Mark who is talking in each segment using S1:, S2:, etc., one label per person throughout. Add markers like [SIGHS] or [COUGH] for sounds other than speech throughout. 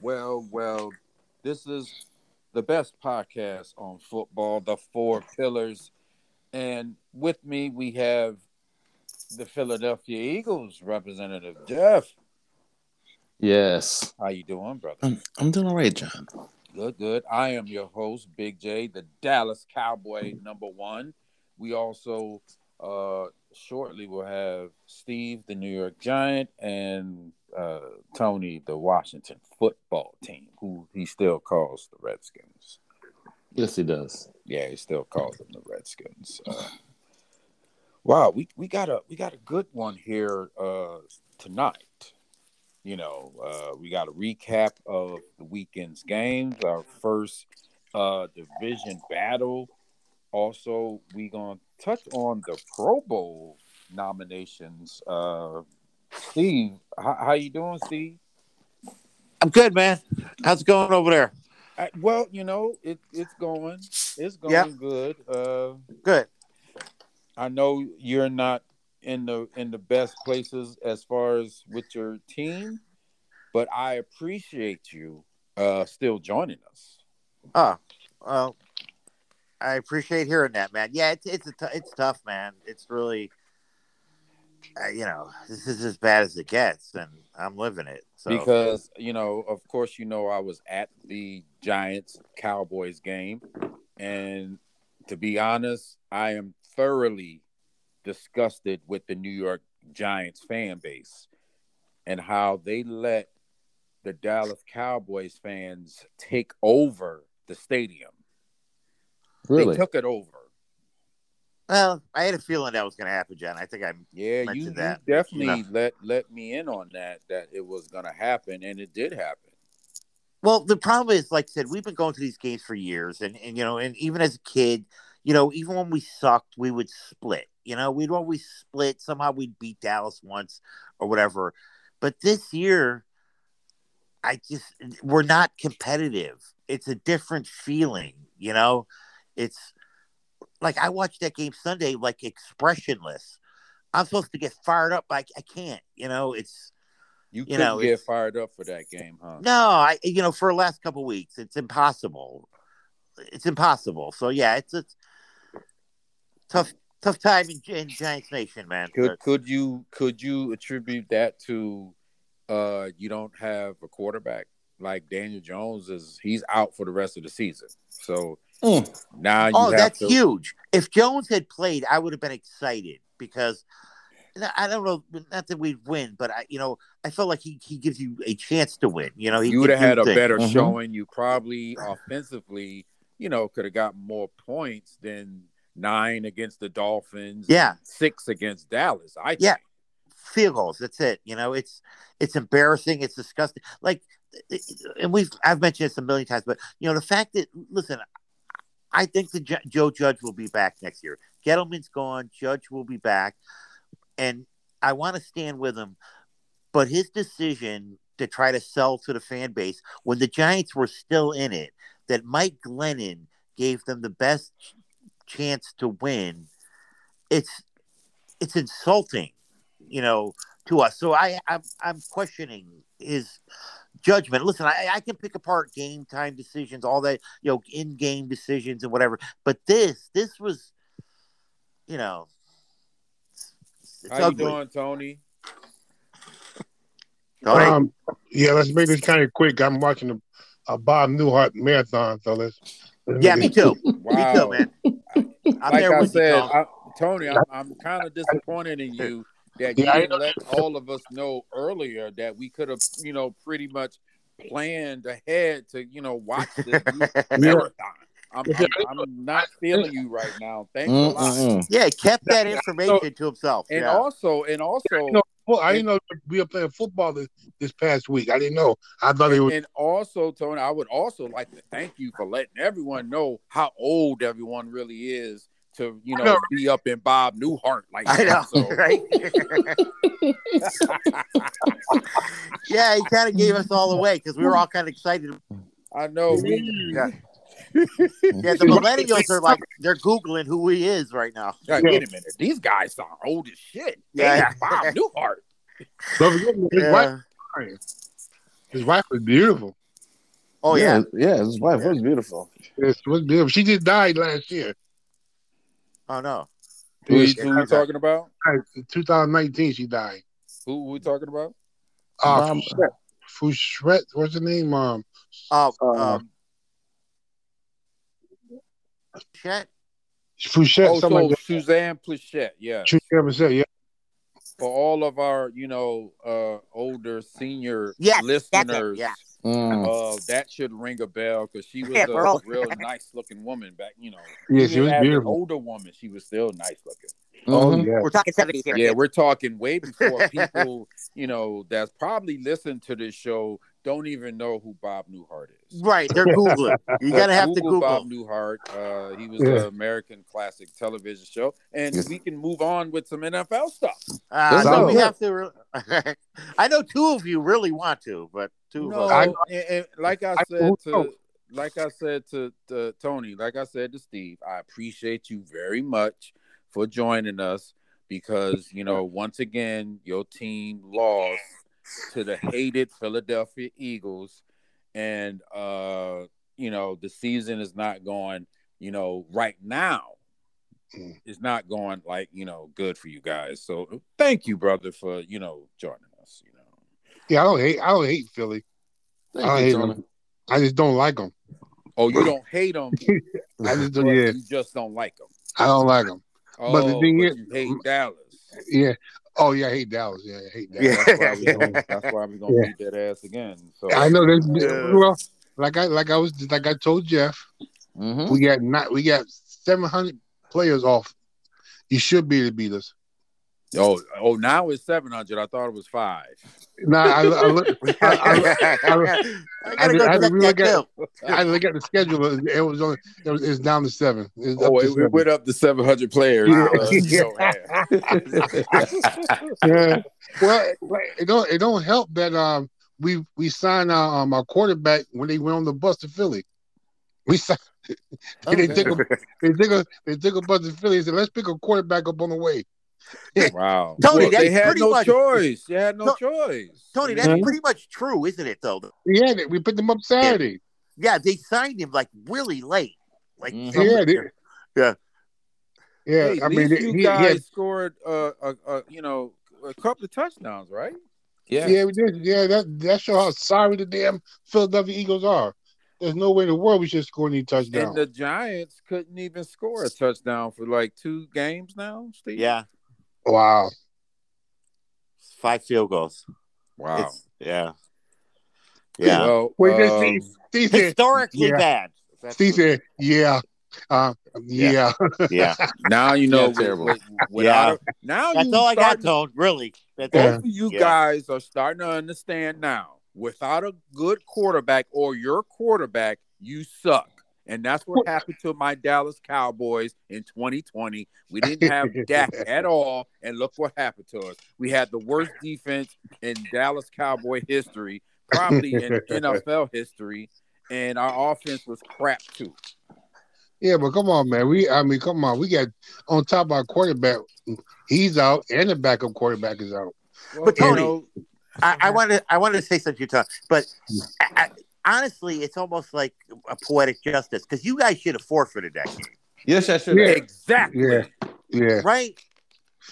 S1: Well, well, this is the best podcast on football, the four pillars. And with me, we have the Philadelphia Eagles representative, Jeff.
S2: Yes.
S1: How you doing, brother?
S2: I'm, I'm doing all right, John.
S1: Good, good. I am your host, Big J, the Dallas Cowboy number one. We also uh shortly will have Steve, the New York Giant, and uh Tony, the Washington football team, who he still calls the Redskins.
S2: Yes, he does.
S1: Yeah, he still calls them the Redskins. Uh, wow, we, we got a we got a good one here uh tonight. You know, uh we got a recap of the weekend's games, our first uh division battle. Also, we gonna touch on the Pro Bowl nominations. Uh Steve, how, how you doing, Steve?
S3: I'm good, man. How's it going over there?
S1: I, well, you know, it, it's going, it's going
S3: Yep.
S1: good. Uh,
S3: Good.
S1: I know you're not in the in the best places as far as with your team, but I appreciate you uh, still joining us.
S3: Oh, well, I appreciate hearing that, man. Yeah, it's it's a t- it's tough, man. It's really, uh, you know, this is as bad as it gets, and I'm living it. So
S1: Because you know, of course, you know I was at the Giants Cowboys game, and to be honest, I am thoroughly disgusted with the New York Giants fan base and how they let the Dallas Cowboys fans take over the stadium.
S2: Really?
S1: They took it over.
S3: well, I had a feeling that was going to happen, Jen. I think I'm.
S1: Yeah,
S3: mentioned
S1: you, you
S3: that.
S1: definitely
S3: Yeah.
S1: let let me in on that that it was gonna happen, and it did happen.
S3: Well, the problem is, like I said, we've been going to these games for years, and and you know, and even as a kid, you know, even when we sucked, we would split. You know, we'd always split. Somehow we'd beat Dallas once or whatever. But this year, I just we're not competitive. It's a different feeling, you know. It's like I watched that game Sunday like expressionless. I'm supposed to get fired up, but I, I can't. You know, it's
S1: You
S3: You
S1: couldn't
S3: know,
S1: get
S3: it's-
S1: fired up for that game, huh?
S3: no, I you know for the last couple weeks, it's impossible. It's impossible. So yeah, it's a tough tough time in, in Giants Nation, man.
S1: Could could you could you attribute that to uh you don't have a quarterback like Daniel Jones is he's out for the rest of the season. So
S2: Mm.
S1: now you
S3: oh,
S1: have
S3: that's
S1: to
S3: huge. If Jones had played, I would have been excited because and I don't know, not that we'd win, but I, you know, I felt like he, he gives you a chance to win. You know, he
S1: you would have
S3: can
S1: had
S3: do
S1: a
S3: things. Mm-hmm.
S1: better
S2: Mhm.
S1: showing. You probably offensively, you know, could have got more points than nine against the Dolphins.
S3: Yeah.
S1: and six against Dallas. I think.
S3: Yeah. field goals. That's it. You know, it's it's embarrassing. It's disgusting. Like, and we've I've mentioned this a million times, but you know the fact that listen, I think the Ju- Joe Judge will be back next year. Gettleman's gone. Judge will be back, and I want to stand with him, but his decision to try to sell to the fan base when the Giants were still in it, that Mike Glennon gave them the best ch- chance to win. It's it's insulting, you know, to us. So I I'm, I'm questioning his judgment. Listen, I, I can pick apart game time decisions, all that, you know, in game decisions and whatever. But this this was, you know, it's, it's
S1: How
S3: ugly.
S1: you doing,
S3: [LAUGHS]
S1: Tony?
S3: Tony?
S4: Um, yeah, let's make this kind of quick. I'm watching a, a Bob Newhart marathon, so let's. let's
S3: yeah, me
S4: make
S1: [LAUGHS]
S4: it-
S3: too.
S1: Wow.
S3: Me too, man. I'm
S1: like
S3: there
S1: I
S3: with you,
S1: said,
S3: Tony.
S1: I, Tony, I'm, I'm kind of disappointed in you that you
S4: Yeah, I
S1: didn't let all of us know earlier that we could have, you know, pretty much planned ahead to, you know, watch
S3: [LAUGHS]
S1: this marathon. I'm, I'm, I'm not feeling you right now. Thanks a lot.
S2: Mm-mm-mm.
S3: yeah, he kept that information to himself.
S1: And
S3: yeah.
S1: also, and also,
S4: No, Well, I didn't know we were playing football this, this past week. I didn't know. I thought it was.
S1: and also, Tony, I would also like to thank you for letting everyone know how old everyone really is to, you know,
S4: I know.
S1: be up in Bob Newhart like
S3: [LAUGHS] I know,
S1: that. So,
S3: [LAUGHS] right? yeah, he kind of gave us all away because we were all kind of excited.
S1: I know we,
S3: [LAUGHS] Yeah. yeah, the millennials are like they're googling who he is right now.
S1: Like,
S4: Yeah.
S1: wait a minute, these guys sound old as shit.
S3: Yeah.
S1: Yeah,
S3: [LAUGHS]
S1: Bob Newhart.
S4: Don't forget, his, wife,
S3: Yeah.
S4: his wife was beautiful.
S3: Oh yeah.
S2: yeah. His wife was beautiful.
S4: It's, it was beautiful. She just died last year,
S3: Oh no.
S1: Who,
S2: Who's-
S1: who we talking about?
S4: Right, 2019. She died.
S1: Who we talking about?
S4: Uh,
S2: Mom-
S4: Fouchette. Fouchette, what's her name? Um,
S3: Oh
S4: Uh,
S3: um. Shit.
S4: Fouchette.
S1: oh,
S4: something
S1: so
S4: like that.
S1: Suzanne Plachette, yeah.
S4: She never said, yeah.
S1: For all of our, you know, uh older senior
S3: Yes, that's it.
S1: listeners,
S3: Yeah.
S2: Mm.
S1: uh, that should ring a bell because she was
S3: Yeah,
S1: a
S3: we're old.
S1: real nice looking woman back, you know.
S4: Yeah, she
S1: even
S4: was
S1: as an
S4: beautiful.
S1: older woman, she was still nice looking.
S4: Oh
S2: Mhm.
S4: yeah.
S3: We're talking seventies here.
S1: Yeah, we're talking way before people, you know, that's probably listen to this show don't even know who Bob Newhart is.
S3: Right. They're googling. You gotta have to Google.
S1: Bob Newhart. Uh, he was
S4: Yeah.
S1: an American classic television show, and
S2: Yes.
S1: we can move on with some NFL stuff.
S3: Uh,
S4: Sounds
S3: no, we
S4: good.
S3: have to. Re- [LAUGHS] I know two of you really want to, but two
S1: No,
S3: of us.
S4: I-
S1: and, and like I
S4: I-
S1: said to,
S4: no.
S1: like I said to, to Tony, like I said to Steve, I appreciate you very much for joining us because you know once again your team lost to the hated Philadelphia Eagles, and uh, you know the season is not going, you know, right now.
S4: Mm.
S1: It's not going like you know good for you guys. So thank you, brother, for you know joining us. You know,
S4: Yeah, I don't hate. I don't hate Philly.
S2: Thank
S4: I
S2: you,
S4: hate
S2: Tony.
S4: him. I just don't like them.
S1: oh, you don't hate them,
S4: I just
S1: but
S4: don't. Yeah,
S1: you just don't like them.
S4: I don't like them.
S1: Oh,
S4: But the thing is-
S1: you hate Dallas.
S4: Yeah. Oh yeah, I hate Dallas. Yeah, I hate Dallas.
S3: Yeah.
S1: That's
S4: [LAUGHS]
S1: why we
S3: [LAUGHS]
S1: gonna, that's why we gonna
S4: Yeah.
S1: beat that ass again. So
S4: I know. That's,
S3: Yeah.
S4: Well, like I like I was like I told Jeff,
S2: Mhm.
S4: we got not we got seven hundred players off. You should be able to beat us.
S1: Oh, oh, now it's seven hundred. I thought it was five.
S4: Now I, I look.
S3: [LAUGHS] I,
S4: I, I, I,
S3: gotta
S4: I-
S3: go
S4: I
S3: check
S4: really
S3: that
S4: got-
S3: too.
S4: I look at the schedule. and It was only it was, it's down to seven. It's up
S1: Oh,
S4: to
S1: it, it
S4: seven.
S1: went up to seven hundred players.
S4: Yeah. [LAUGHS]
S1: uh, so, yeah.
S4: Yeah. Well, it don't it don't help that um we we signed our, um, our quarterback when they went on the bus to Philly. We signed,
S1: Oh,
S4: they took
S1: [LAUGHS]
S4: a they took a they took a bus to Philly and said let's pick a quarterback up on the way.
S1: eh,
S4: [LAUGHS]
S1: Wow,
S3: Tony,
S1: Well, they
S3: that's
S1: had
S3: pretty
S1: no
S3: much-
S1: choice. They had no
S3: No-
S1: choice. I
S3: Tony,
S4: Hmm?
S1: mean,
S3: that's pretty much true, isn't it? Though,
S4: Yeah, they, we picked them up Saturday.
S3: yeah, they signed him like really late. Like,
S2: Mhm.
S3: some-
S4: Yeah, they,
S3: Yeah.
S4: Yeah,
S1: hey,
S4: I
S1: at
S4: mean,
S1: least
S4: they-
S1: you
S4: he, he
S1: guys
S4: had,
S1: scored, uh, uh, uh, you know, a couple of touchdowns, right?
S2: yeah.
S4: yeah, we did. Yeah, that that show how sorry the damn Philadelphia Eagles are. There's no way in the world we should score any touchdowns.
S1: And the Giants couldn't even score a touchdown for like two games now, Steve.
S3: yeah,
S4: wow.
S3: five field goals.
S1: Wow.
S3: It's, yeah, yeah,
S1: Well,
S4: Wait, that's
S1: um,
S4: the- Steve said,
S3: historically
S4: Yeah.
S3: bad.
S4: Steve said, yeah, uh, yeah. [LAUGHS]
S3: yeah,
S1: now you know.
S2: [LAUGHS] Yeah, terrible.
S1: with- with- without- Now
S3: that's
S1: you
S3: all I got,
S1: starting-
S3: Tone. Really, that's
S1: Both
S4: Yeah.
S1: of you
S3: Yeah.
S1: guys are starting to understand now. Without a good quarterback or your quarterback, you suck. And that's
S4: [LAUGHS]
S1: what happened to my Dallas Cowboys in 2020. We didn't
S4: [LAUGHS]
S1: have Dak at all, and look what happened to us. We had the worst defense in Dallas Cowboy history, probably
S4: [LAUGHS]
S1: in NFL history, and our offense was crap too.
S4: Yeah, but come on, man. We, I mean, come on. We got on top of our quarterback. He's out, and the backup quarterback is out.
S1: Well,
S3: But
S1: you
S3: Tony-
S1: know,
S3: I, I want to I want to say something to you, Tom, but I, I, honestly, it's almost like a poetic justice because you guys should have forfeited that game,
S2: Yes, I should. have.
S1: exactly.
S4: Yeah, yeah.
S3: right?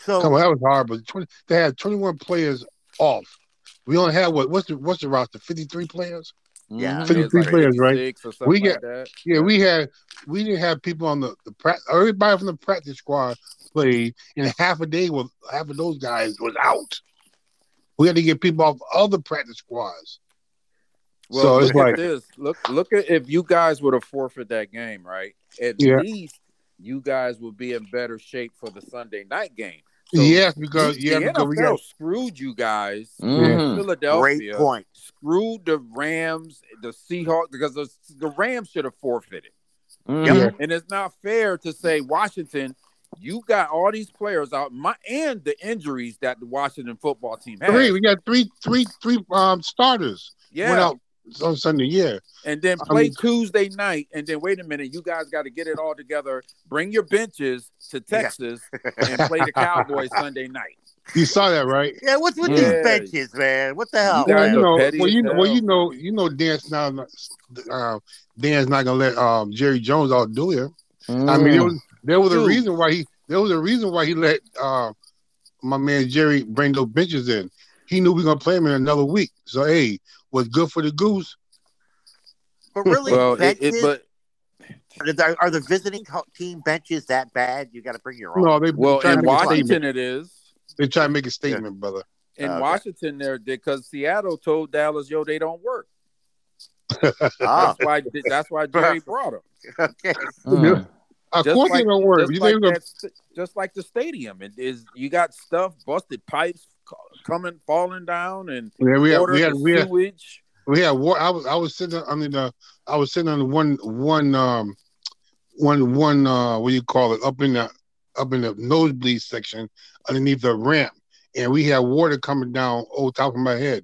S1: Oh,
S4: Come
S3: So
S4: on, that was hard. But 20, they had twenty-one players off. We only had what? What's the what's the roster? Fifty-three players.
S3: Yeah.
S1: It
S2: Mhm.
S1: was
S4: 53 players, right?
S1: 56 Or something
S4: We
S1: like
S4: got-
S1: that.
S4: Yeah, we had we didn't have people on the the prac- everybody from the practice squad played, and half a day was half of those guys was out. We had to get people off other practice squads.
S1: Well,
S4: So it's
S1: look
S4: like-
S1: at this. Look, look at if you guys would have forfeit that game, right? At
S4: Yeah.
S1: least you guys would be in better shape for the Sunday night game. [LAUGHS] So,
S4: yes, because yeah,
S1: the
S4: because
S1: NFL
S4: we got
S1: screwed you guys.
S2: Mhm.
S1: Philadelphia
S3: great point.
S1: screwed the Rams, the Seahawks, because the, the Rams should have forfeited.
S2: Mhm.
S4: Yeah.
S1: And it's not fair to say Washington. You got all these players out, my and the injuries that the Washington football team has.
S4: three. We got three, three, three um starters went
S1: yeah,
S4: out on Sunday. Yeah,
S1: and then
S4: I
S1: play
S4: mean-
S1: Tuesday night, and then wait a minute, you guys got to get it all together. Bring your benches to Texas and play the Cowboys Sunday night.
S4: You saw that, right?
S3: Yeah, what's with
S1: Yeah.
S3: these benches, man? What the hell?
S1: Yeah,
S4: Well,
S1: I
S3: man?
S4: you
S1: know,
S4: know,
S1: petty
S4: well,
S1: as
S4: you, well,
S1: hell.
S4: you know, you know, Dan's not, uh, Dan's not gonna let um, Jerry Jones outdo him. I mean,
S1: Mm.
S4: there was, there was a
S3: Dude.
S4: reason why he there was a reason why he let uh, my man Jerry bring those benches in. He knew we were gonna play him in another week. So hey, what's good for the goose?
S3: But
S1: [LAUGHS]
S3: really,
S1: well, it,
S3: benches
S1: it, but
S3: are, are the visiting co- team benches that bad? You got to bring your own.
S4: No, they
S1: well
S4: try to
S1: in
S4: make a
S1: Washington
S4: statement.
S1: it is.
S4: They try to make a statement, brother.
S1: In
S3: Okay.
S1: Washington, there because Seattle told Dallas, "Yo, they don't work."
S3: Ah,
S4: Ah.
S1: That's why. That's why
S4: [LAUGHS]
S1: Jerry brought them.
S3: [LAUGHS] okay.
S2: Mm.
S4: Of
S1: Just
S4: course
S1: like-
S4: they don't work. You
S1: Just
S4: think
S1: like,
S4: they're gonna-
S1: that, just like the stadium, it is. You got stuff, busted pipes co- coming, falling down, and
S4: yeah, we had
S1: water
S4: we had
S1: and
S4: we had
S1: sewage.
S4: we had war. I was I was sitting under the I was sitting under one one um one one uh what do you call it up in the up in the nosebleed section underneath the ramp, and we had water coming down over top of my head.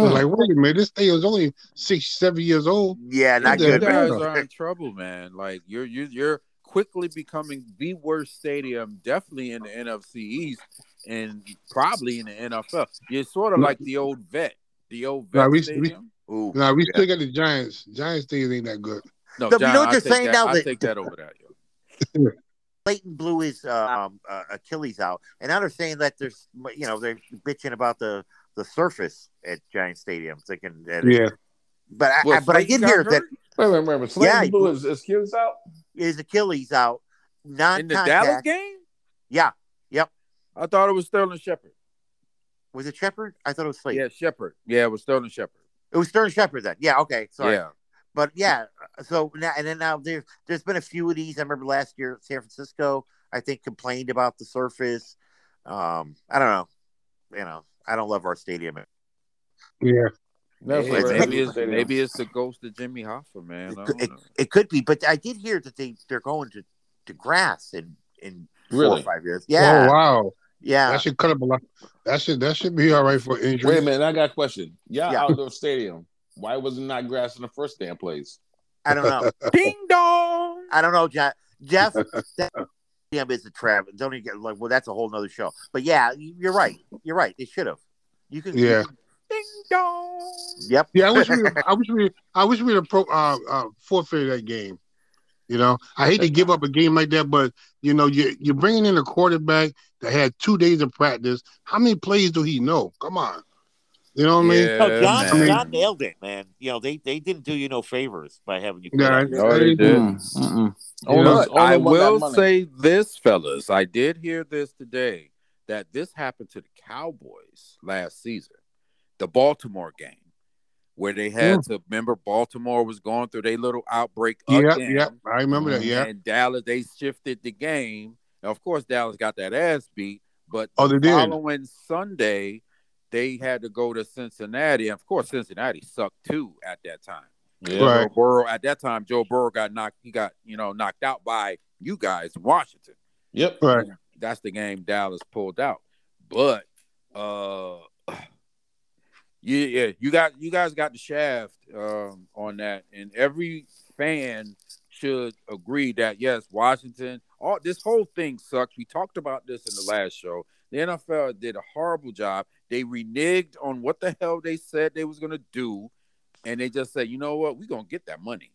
S2: Mm-hmm. Mm.
S4: was like, wait a minute, this thing is only six, seven years old.
S3: yeah, not
S4: Yeah,
S1: You
S3: good.
S1: guys
S3: Man.
S4: yeah.
S1: are in trouble, man. Like you're you're you're quickly becoming the worst stadium, definitely in the NFC East, and probably in the NFL. You're sort of
S4: No.
S1: like the old vet, the old
S4: No,
S1: vet
S4: we- we-
S1: stadium.
S3: [LAUGHS] Ooh.
S4: Now we still got the Giants. Giants things ain't that good.
S1: No,
S3: No, but
S1: John,
S3: you know what
S1: I
S3: they're
S1: take
S3: saying
S1: that,
S3: now
S1: I
S3: that-
S1: take that over that. Yo.
S3: Clayton blew his uh, um, uh, Achilles out, and now they're saying that there's, you know, they're bitching about the the surface at Giant Stadium, thinking that. But I, I
S1: Well,
S3: but I
S1: Slayton
S3: did
S1: got
S3: hear that
S1: hurt
S2: Wait, wait, wait. wait. Slayton
S3: Yeah.
S2: blew his excuse out.
S3: his Achilles out, non
S1: in the Dallas
S3: contact.
S1: game.
S3: Yeah,
S1: I thought it was Sterling Shepard.
S3: was it Shepard? I thought it was Slayton.
S1: Yeah, Shepard. Yeah, it was Sterling Shepard.
S3: It was Stern Shepard then. Yeah, okay, sorry.
S1: Yeah.
S3: But yeah, so now and then now there's there's been a few of these. I remember last year San Francisco, I think, complained about the surface. Um, I don't know. You know, I don't love our stadium.
S4: Yeah.
S2: That's
S1: Hey,
S2: what
S3: it's-
S2: it
S1: maybe,
S2: is. [LAUGHS]
S1: it's, maybe it's the ghost of Jimmy Hoffa, man.
S3: It,
S1: I
S3: could-
S1: don't
S3: it,
S1: know.
S3: it could be, but I did hear that they they're going to, to grass in in four
S2: Really?
S3: or five years. Yeah,
S4: Oh wow.
S3: yeah.
S4: That should cut up a lot. That should that should be all right for injury.
S2: Wait a minute. I got a question. Yeah,
S3: Yeah.
S2: outdoor stadium. Why was it not grass in the first damn place?
S3: I don't know.
S1: Ding dong.
S3: I don't know, Jeff.
S4: [LAUGHS]
S3: Jeff, that damn is a trap. Don't even get like. Well, that's a whole nother show. But yeah, you're right. You're right. They should have. You can.
S4: Yeah.
S1: Ding dong.
S3: Yep.
S4: Yeah, I wish we I wish we I wish we'd have pro, uh, uh, forfeited that game. You know, I hate to give up a game like that, but you know, you you're bringing in a quarterback that had two days of practice. How many plays do he know? Come on, you know what I mean?
S3: No, Oh, John,
S1: man.
S3: John nailed it, man. You know, they, they didn't do you no favors by having you.
S4: Yeah,
S3: quit.
S1: No, they did.
S2: Own
S4: Yeah.
S2: us-
S1: But
S2: own
S1: I
S2: them on that
S1: will
S2: money.
S1: say this, fellas. I did hear this today that this happened to the Cowboys last season, the Baltimore game, where they had to remember Baltimore was going through their little outbreak
S4: Mm. Yeah,
S1: again.
S4: yeah, I remember that. Yeah,
S1: And Dallas, they shifted the game. Now, of course, Dallas got that ass beat, but
S4: oh, they did.
S1: following Sunday, they had to go to Cincinnati. And of course, Cincinnati sucked too at that time.
S2: Yeah.
S4: Right.
S1: Joe Burrow at that time, Joe Burrow got knocked. He got you know knocked out by you guys in Washington.
S2: Yep.
S4: Right.
S1: That's the game Dallas pulled out. But uh, [SIGHS] yeah, yeah, you got you guys got the shaft um, on that, and every fan should agree that yes, Washington. All this whole thing sucks. We talked about this in the last show. The NFL did a horrible job. They reneged on what the hell they said they was gonna do, and they just said, you know what, we're gonna get that money.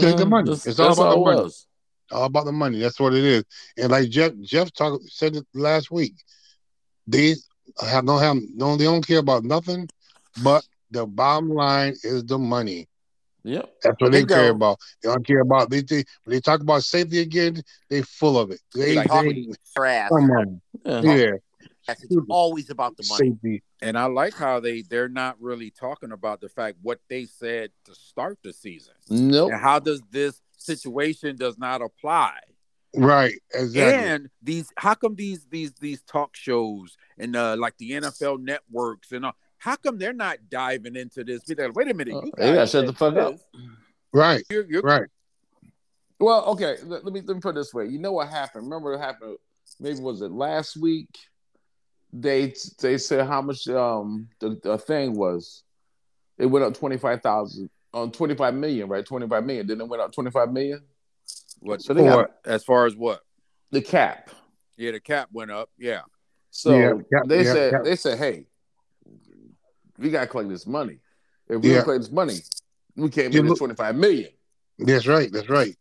S4: Take the money.
S2: That's-
S4: It's all
S2: that's
S4: about
S2: it
S4: the money.
S2: was.
S4: All about the money. That's what it is. And like Jeff Jeff talk, said it last week, they have no have no they don't care about nothing, but the bottom line is the money.
S2: Yep.
S4: That's what they
S3: Bingo.
S4: care about. They don't care about they, they when they talk about safety again, they full of it. They,
S1: Like,
S4: they
S3: Their ass.
S4: come on.
S2: Yeah.
S4: Yeah.
S3: Yes, It's always about the money.
S4: Safety.
S1: And I like how they they're not really talking about the fact what they said to start the season.
S2: Nope.
S1: And how does this situation does not apply?
S4: Right. Exactly.
S1: And these how come these these these talk shows and uh, like the NFL networks and all, how come they're not diving into this? Be like, Wait a minute,
S2: Uh,
S1: you
S2: they gotta
S1: guys
S2: shut the
S1: said
S2: fuck up.
S1: this.
S4: Right.
S1: You're, you're
S4: Right.
S2: Well, okay. Let, let me let me put it this way. You know what happened? Remember what happened? Maybe was it last week? They they said how much um the, the thing was. It went up twenty five thousand on twenty five million, right? Twenty five million. Then it went up twenty five million.
S1: what
S2: So they got
S1: as far as what?
S2: the cap.
S1: Yeah, the cap went up. Yeah,
S2: So
S4: Yeah, yeah,
S2: they
S4: yeah,
S2: said
S4: yeah.
S2: they said, hey, we gotta collect this money. If we
S4: Yeah.
S2: don't collect this money, we can't
S4: Yeah,
S2: win this
S4: look-
S2: twenty five million.
S4: That's right. That's right.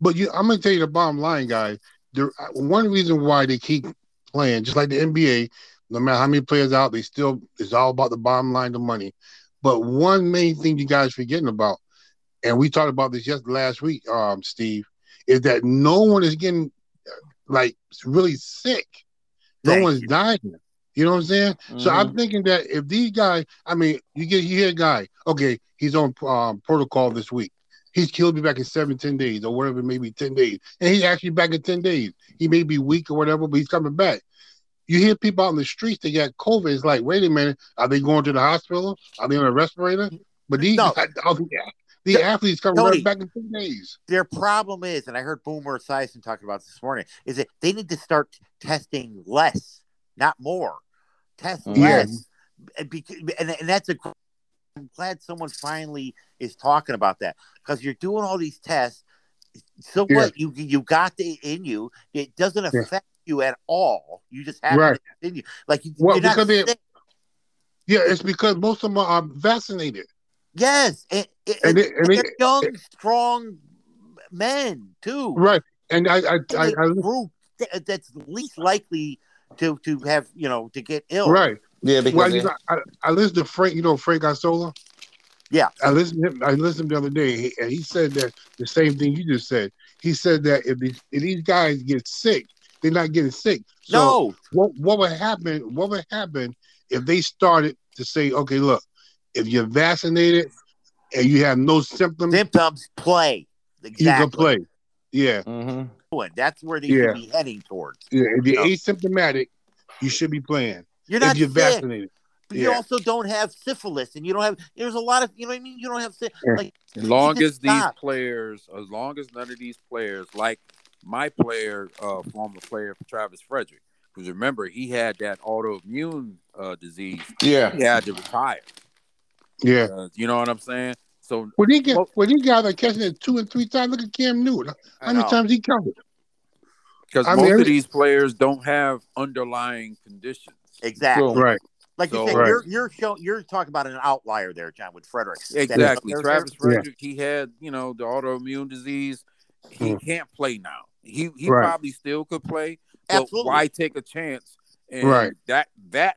S4: But you, I'm going to tell you the bottom line, guys. There, one reason why they keep playing, just like the NBA, no matter how many players out, they still it's all about the bottom line, the money. But one main thing you guys forgetting about, and we talked about this just last week, um, Steve, is that no one is getting like really sick. No
S3: Thank
S4: one's
S3: you.
S4: dying. You know what I'm saying? So
S2: Mm-hmm.
S3: Mm-hmm.
S4: I'm thinking that if these guys, I mean, you get you hear a guy, okay, he's on um, protocol this week. He's killed me back in seven, ten days or whatever, maybe ten days, and he's actually back in ten days. He may be weak or whatever, but he's coming back. You hear people out in the streets that got COVID. It's like, wait a minute, are they going to the hospital? Are they on a respirator? But these,
S3: No.
S4: the athletes coming
S3: Tony.
S4: right back in ten days.
S3: Their problem is, and I heard Boomer Esiason talking about this morning, is that they need to start testing less, not more. Test
S4: Mm.
S2: Yeah.
S3: less, and, be, and, and that's a. gr- I'm glad someone finally is talking about that because you're doing all these tests. So
S4: Yeah.
S3: what you you got it in you. It doesn't
S4: Yeah.
S3: affect you at all. You just have
S4: Right.
S3: it in you. Like you,
S4: Well,
S3: are not
S4: because they-
S3: sick.
S4: Yeah, it's because most of them are vaccinated.
S3: Yes, and,
S4: And
S3: and,
S4: they- and
S3: they're
S4: they-
S3: young, strong men too.
S4: Right, and I, I, I,
S3: Any
S4: I
S3: group that, that's least likely to to have you know to get ill.
S4: right.
S2: Yeah, because
S4: Well,
S2: they-
S4: you know, I, I listened to Frank. You know Frank Isola.
S3: Yeah.
S4: I listened. To him, I listened to him the other day, he- and he said that the same thing you just said. He said that if these, if these guys get sick, they're not getting sick. So
S3: no,
S4: what what would happen? What would happen if they started to say, okay, look, if you're vaccinated and you have no symptoms,
S3: symptoms play. Exactly.
S4: you can play. Yeah,
S2: Mhm.
S3: That's where they should
S4: Yeah.
S3: be heading towards.
S4: yeah. If you're
S3: Yeah.
S4: asymptomatic, you should be playing.
S3: You're not
S4: if you're
S3: sick,
S4: vaccinated,
S3: but you
S4: yeah.
S3: also don't have syphilis, and you don't have. There's a lot of you know what I mean. You don't have syphilis.
S1: As long
S3: just
S1: as these
S3: stop.
S1: players, as long as none of these players, like my player, uh, former player Travis Frederick, because remember he had that autoimmune uh, disease,
S2: yeah.
S1: he had to retire.
S4: yeah.
S1: Uh, you know what I'm saying? So
S4: When he get
S1: Well-
S4: when these guys are catching it two and three times, look at Cam Newton.
S3: I
S4: How many
S3: know.
S4: times he covered?
S1: because
S4: I
S1: most
S4: mean,
S1: of
S4: every-
S1: these players don't have underlying conditions.
S3: Exactly.
S2: So-
S4: Right.
S3: Like you
S1: So-
S3: said,
S4: Right.
S3: you're you're show, you're talking about an outlier there, John, with Frederick. That-
S1: Exactly.
S3: there's-
S1: Travis
S4: Yeah.
S1: Frederick, he had, you know, the autoimmune disease. He
S4: Mm.
S1: can't play now. He he
S4: Right.
S1: probably still could play, but
S3: Absolutely.
S1: why take a chance? And
S4: Right.
S1: that that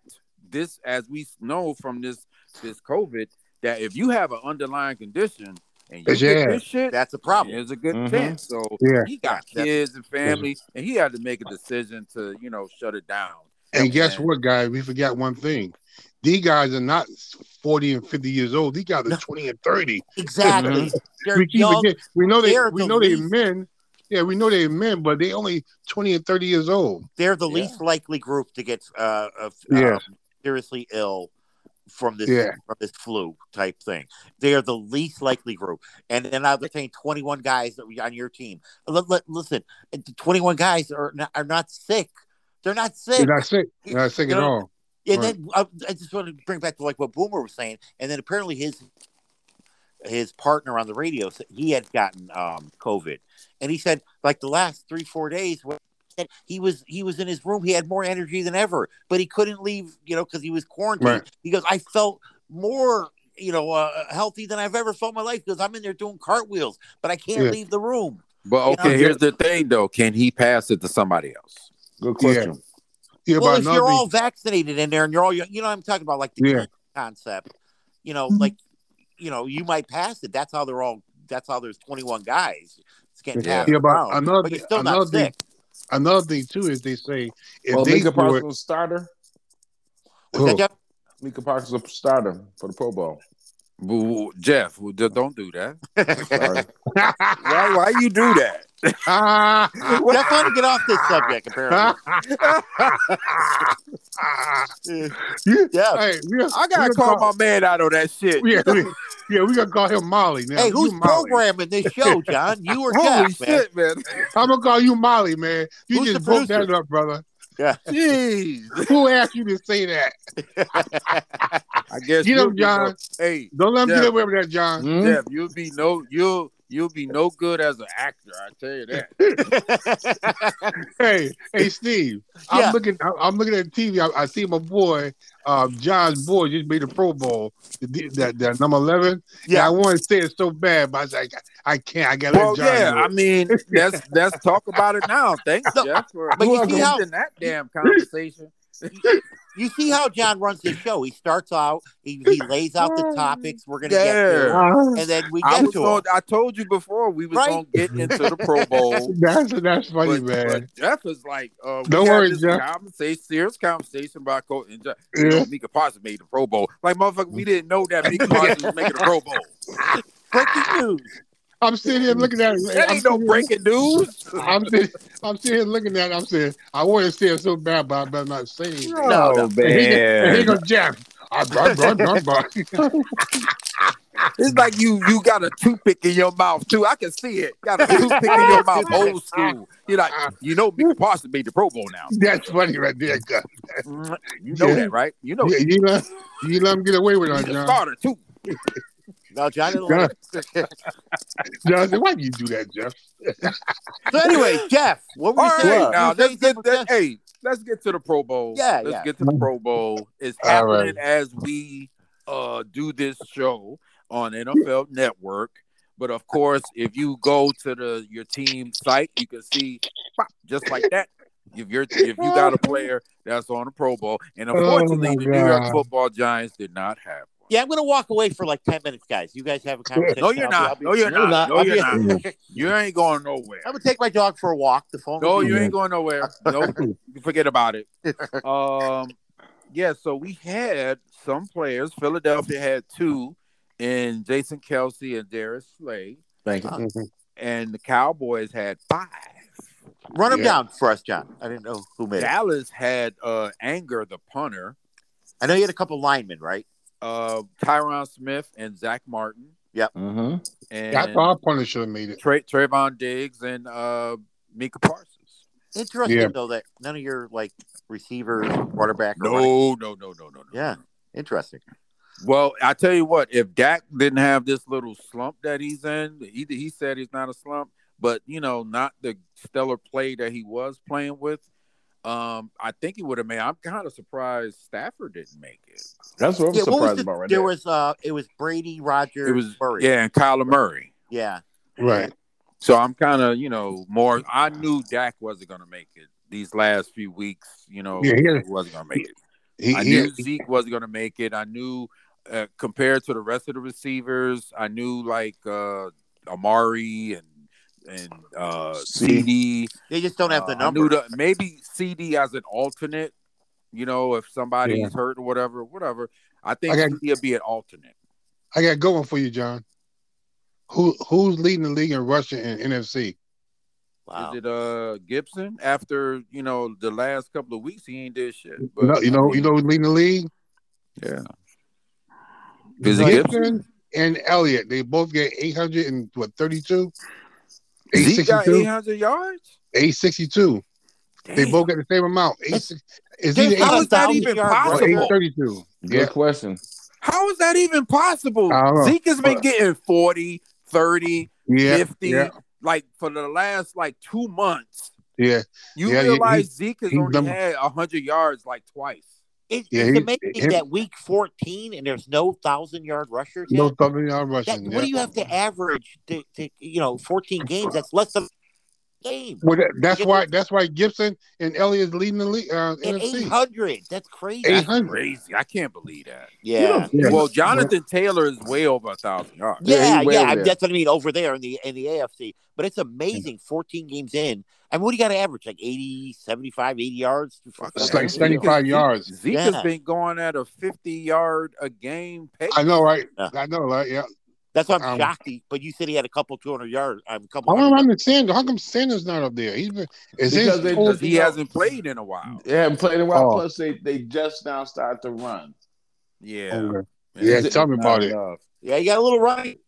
S1: this as we know from this this COVID that if you have an underlying condition and you
S4: It's
S1: get
S4: your
S1: this shit,
S3: That's a problem.
S1: there's a good
S2: Mhm.
S1: chance. So
S4: Yeah.
S1: he got
S3: Yeah, that's-
S1: kids and family, and he had to make a decision to you know shut it down.
S4: And guess
S1: And-
S4: what, guys? We forgot one thing. These guys are not forty and fifty years old. These guys are
S3: No.
S4: twenty and thirty.
S3: Exactly. They're
S4: Mm-hmm. We keep
S3: young.
S4: forget- We know they.
S3: they're
S4: We
S3: the
S4: know they
S3: least-
S4: men. Yeah, we know they're men, but they only twenty and thirty years old.
S3: They're the
S1: Yeah.
S3: least likely group to get uh, uh,
S4: Yeah.
S3: um, seriously ill from this
S4: Yeah.
S3: from this flu type thing. They are the least likely group. And then I was saying, twenty one guys that we on your team. L- l- listen, twenty one guys are not, are not sick. They're not
S4: They're
S3: sick.
S4: not sick. They're not sick at
S3: They're-
S4: all.
S3: And
S4: Right.
S3: then I, I just want to bring back to like what Boomer was saying, and then apparently his his partner on the radio said he had gotten um, COVID, and he said like the last three four days when- that he was he was in his room, he had more energy than ever, but he couldn't leave, you know, because he was quarantined. He goes, I felt more. You know, uh, healthy than I've ever felt in my life because I'm in there doing cartwheels, but I can't
S4: Yeah.
S3: leave the room.
S1: But
S3: You
S1: okay,
S3: know-
S1: here's the thing though: can he pass it to somebody else?
S2: Good question.
S4: Yeah,
S3: well,
S4: but
S3: if you're
S4: another
S3: all vaccinated in there and you're all, young- you know, what I'm talking about like the
S4: Yeah.
S3: concept, you know,
S1: Mm-hmm.
S3: like, you know, you might pass it. That's how they're all. That's how there's 21 guys. It's getting
S1: Yeah.
S3: passed
S4: Yeah, but
S3: around,
S4: another
S3: but you're
S4: thing-
S3: still not
S4: another thing-
S3: sick.
S4: another thing too is they say if
S2: Well,
S4: they
S2: Mika
S4: do
S2: Parsons
S4: it,
S2: was starter.
S3: [LAUGHS] Was that
S4: Who? [LAUGHS]
S3: Jeff?
S2: Mika Parsons was a starter for the Pro [LAUGHS] Bowl.
S1: Boo, Jeff, well, just don't do that.
S2: Sorry.
S1: Why? Why you do that?
S3: Jeff wanted to get off this subject apparently.
S4: [LAUGHS] You-
S3: Yeah.
S4: hey, we-
S1: I gotta
S4: we
S1: call my man out on that shit.
S4: [LAUGHS] Yeah, we, yeah, we gonna call him Molly now.
S3: Hey,
S4: You
S3: who's
S4: Molly.
S3: programming this
S4: [LAUGHS]
S3: show, John? You or
S1: Holy
S3: Jeff, man?
S1: shit, man!
S4: I'm gonna call you Molly, man. You
S3: Who's
S4: just
S3: the
S4: broke that
S3: producer?
S4: up, brother.
S1: Jeez,
S4: Who asked you to say that?
S1: I guess
S4: Get
S1: you'll
S4: him,
S1: be no-
S4: John.
S1: Hey,
S4: Don't let him
S1: Yeah.
S4: get away with that, John.
S3: Mm-hmm.
S2: Mhm. [LAUGHS]
S1: Jeff, you'll be no, you'll You'll be no good as an actor. I tell you that.
S4: Hey, hey, Steve.
S3: Yeah.
S4: I'm looking. I- I'm looking at TV. I, I see my boy, um, John's boy, just made a Pro Bowl. The- That that number eleven. Yeah, I
S3: yeah,
S4: wanted to say it so bad, but I was like, I can't. I got to
S1: Well,
S4: let John.
S1: yeah.
S4: do
S1: I
S4: it. [LAUGHS]
S1: mean, that's that's talk about it now. Thanks,
S3: No,
S1: Jeff, for
S3: but you see how-
S1: hosting that damn conversation.
S3: you see how John runs the show. He starts out, he, he lays out the topics we're gonna get
S1: There.
S3: to, and then we
S1: I
S3: get
S1: was
S3: to
S1: going
S3: it.
S1: I told you before we was
S3: Right.
S1: gonna get into the
S3: [LAUGHS]
S1: Pro Bowl.
S4: [LAUGHS] That's that's funny,
S1: but,
S4: man.
S1: but Jeff is like, uh, we
S4: Don't
S1: had
S4: worry,
S1: this
S4: Jeff.
S1: Conversation, serious conversation about Coach and Jeff. You
S4: Yeah.
S1: know, Mika Parsons made the Pro Bowl. Like, motherfucker, we didn't know that
S4: [LAUGHS]
S1: Mika Parsons was making the Pro Bowl.
S3: Breaking news.
S4: I'm sitting here looking at it.
S1: That
S4: I'm
S1: ain't no
S4: sitting here-
S1: breaking news.
S4: I'm sitting. I'm sitting here looking at. it. I'm saying I wanted to say it so bad, but I better not say it.
S3: No, no.
S4: And he- and Here goes Jeff. I, I, I, [LAUGHS]
S1: It's like you you got a toothpick in your mouth too. I can see it. Got a toothpick in your
S4: [LAUGHS]
S1: mouth, old school. You're like, you know, Mika Parsons made the Pro Bowl now.
S4: that's funny right there. God.
S1: You know
S4: Yeah.
S1: that, right? You know,
S4: Yeah, you let you let him get away with
S1: he's
S4: it,
S1: a
S4: John.
S1: starter too.
S3: No, John didn't like it.
S4: John said, "Why do you do that, Jeff?"
S3: So anyway, Jeff, what were
S1: All
S3: you saying?
S1: right, now
S3: You were
S1: let's
S3: saying
S1: get
S3: something,
S1: that. Hey, let's get to the Pro Bowl.
S3: Yeah,
S1: let's
S3: yeah.
S1: get to the Pro Bowl. It's
S4: [LAUGHS] All right.
S1: happening as we uh do this show on NFL Network. But of course, if you go to the your team site, you can see pop, just like that. If you're if you got
S4: [LAUGHS]
S1: a player that's on the Pro Bowl, and
S4: Oh my
S1: unfortunately, the New York
S4: God.
S1: Football Giants did not have one.
S3: Yeah, I'm gonna walk away for like ten minutes, guys. You guys have a conversation.
S1: No, you're
S3: I'll
S1: not.
S3: be- I'll be-
S1: No, you're
S3: I'm
S1: not. No,
S3: I'll be-
S1: you're not.
S3: [LAUGHS]
S1: You ain't going nowhere.
S3: I'm gonna take my dog for a walk. The phone.
S1: No,
S3: will be-
S1: you ain't going nowhere. No, forget about it. Um, yeah, so we had some players. Philadelphia had two in Jason Kelsey and Darius Slay,
S2: Thank
S1: Uh,
S3: you.
S4: Mm-hmm.
S1: and the Cowboys had five.
S3: Run him
S4: Yeah.
S3: down for us, John. I didn't know who made it.
S1: Dallas had uh, Anger, the punter,
S3: I know you had a couple linemen, right?
S1: uh, Tyron Smith, and Zach Martin,
S2: Mm-hmm.
S1: and
S4: That's why our punter should have made it.
S1: Tra- Trayvon Diggs and uh, Mika Parsons.
S3: Interesting
S4: Yeah.
S3: though that none of your like receivers, quarterback, or running-
S1: No, no, no, no, no, no.
S3: Yeah. Interesting.
S1: Well, I tell you what, if Dak didn't have this little slump that he's in, he he said he's not a slump, but you know, not the stellar play that he was playing with. Um, I think he would have made. I'm kind of surprised Stafford didn't make it.
S2: That's what I'm
S3: Yeah, what was
S2: surprised
S3: the,
S2: about right
S3: there
S2: there.
S3: was uh it was Brady Rogers
S1: It was
S3: Murray.
S1: yeah, and Kyler Murray.
S3: Yeah.
S4: Right.
S1: So I'm kind of you know more. I knew Dak wasn't gonna make it these last few weeks. You know,
S4: Yeah, yeah.
S1: he wasn't gonna make it.
S4: He,
S1: I
S4: he-
S1: knew Zeke wasn't going to make it. I knew uh, compared to the rest of the receivers, I knew like uh, Amari and and uh, CD.
S3: They just don't have the
S1: Uh, I knew
S3: number.
S1: the- maybe CD as an alternate. You know, if somebody's is hurt or whatever, whatever. I think
S4: I got-
S1: he'll be an alternate.
S4: I got a good one for you, John. Who who's leading the league in rushing in NFC?
S3: Wow.
S1: Is it uh Gibson? After you know the last couple of weeks, he ain't did shit. But
S4: No, you
S1: I
S4: know,
S1: mean,
S4: you know, who's leading the league.
S1: yeah. Is it Gibson?
S4: and Elliott. They both get eight hundred and what thirty two.
S1: Zeke got
S4: 862?
S1: 800 yards.
S4: 862. They
S1: Damn.
S4: both got the same amount. Eight, six- is either
S3: There's
S1: How
S4: eight,
S1: is that
S3: 1,000
S1: even
S3: yard run.
S4: or
S1: possible?
S4: 832.
S2: Good
S4: Yeah.
S2: question.
S1: How is that even possible?
S4: I don't know.
S1: Zeke has been
S4: But-
S1: getting 40, 30,
S4: Yeah.
S1: 50,
S4: Yeah.
S1: like for the last like two months.
S4: Yeah.
S1: You
S4: Yeah, he-
S1: realize Zeke has
S4: he's
S1: only
S4: number-
S1: had had 100 yards like twice.
S3: It,
S4: Yeah,
S3: it's
S4: he-
S3: amazing
S4: him-
S3: that week 14 and there's no thousand yard rushers yet.
S4: No thumbing on
S3: That-
S4: rushing.
S3: what
S4: yeah.
S3: do you have to average to, to you know 14 games? That's less than a game.
S4: Well, that, that's
S3: Get
S4: why that's why Gibson and Elliott's leading the league. Uh,
S3: At
S4: NFC.
S3: 800, that's crazy.
S1: That's
S4: 800.
S1: crazy. I can't believe that.
S3: yeah.
S4: Yeah.
S1: Well, Jonathan Taylor is way over a 1,000 yards.
S3: Yeah,
S2: Yeah, he way
S3: yeah,
S2: over
S3: I-
S2: there.
S3: that's what I mean over there in the in the AFC. But it's amazing. 14 games in, I mean, what do you got to average? Like 80, 75, 80 yards.
S4: It's
S1: Yeah.
S4: like 75
S1: Zeke-
S4: yards.
S1: Zeke
S3: Yeah.
S1: has been going at a 50 yard a game pace.
S4: I know, right?
S3: Yeah.
S4: I know, right? Yeah.
S3: That's why I'm
S4: Um,
S3: shocked. He, but you said he had a couple 200 yards. Um, a couple.
S4: I don't
S3: hundred yards.
S4: understand. How come Sanders not up there? He's been. Is
S2: Because
S4: his,
S2: they
S1: Because he
S2: You know-
S1: hasn't played in a while.
S2: They haven't played in a while.
S4: Oh.
S2: Plus, they, they just now started to run.
S1: Yeah.
S4: Oh, Yeah,
S1: It's
S4: tell me
S1: not
S4: about it.
S1: enough.
S3: Yeah, he got a little running.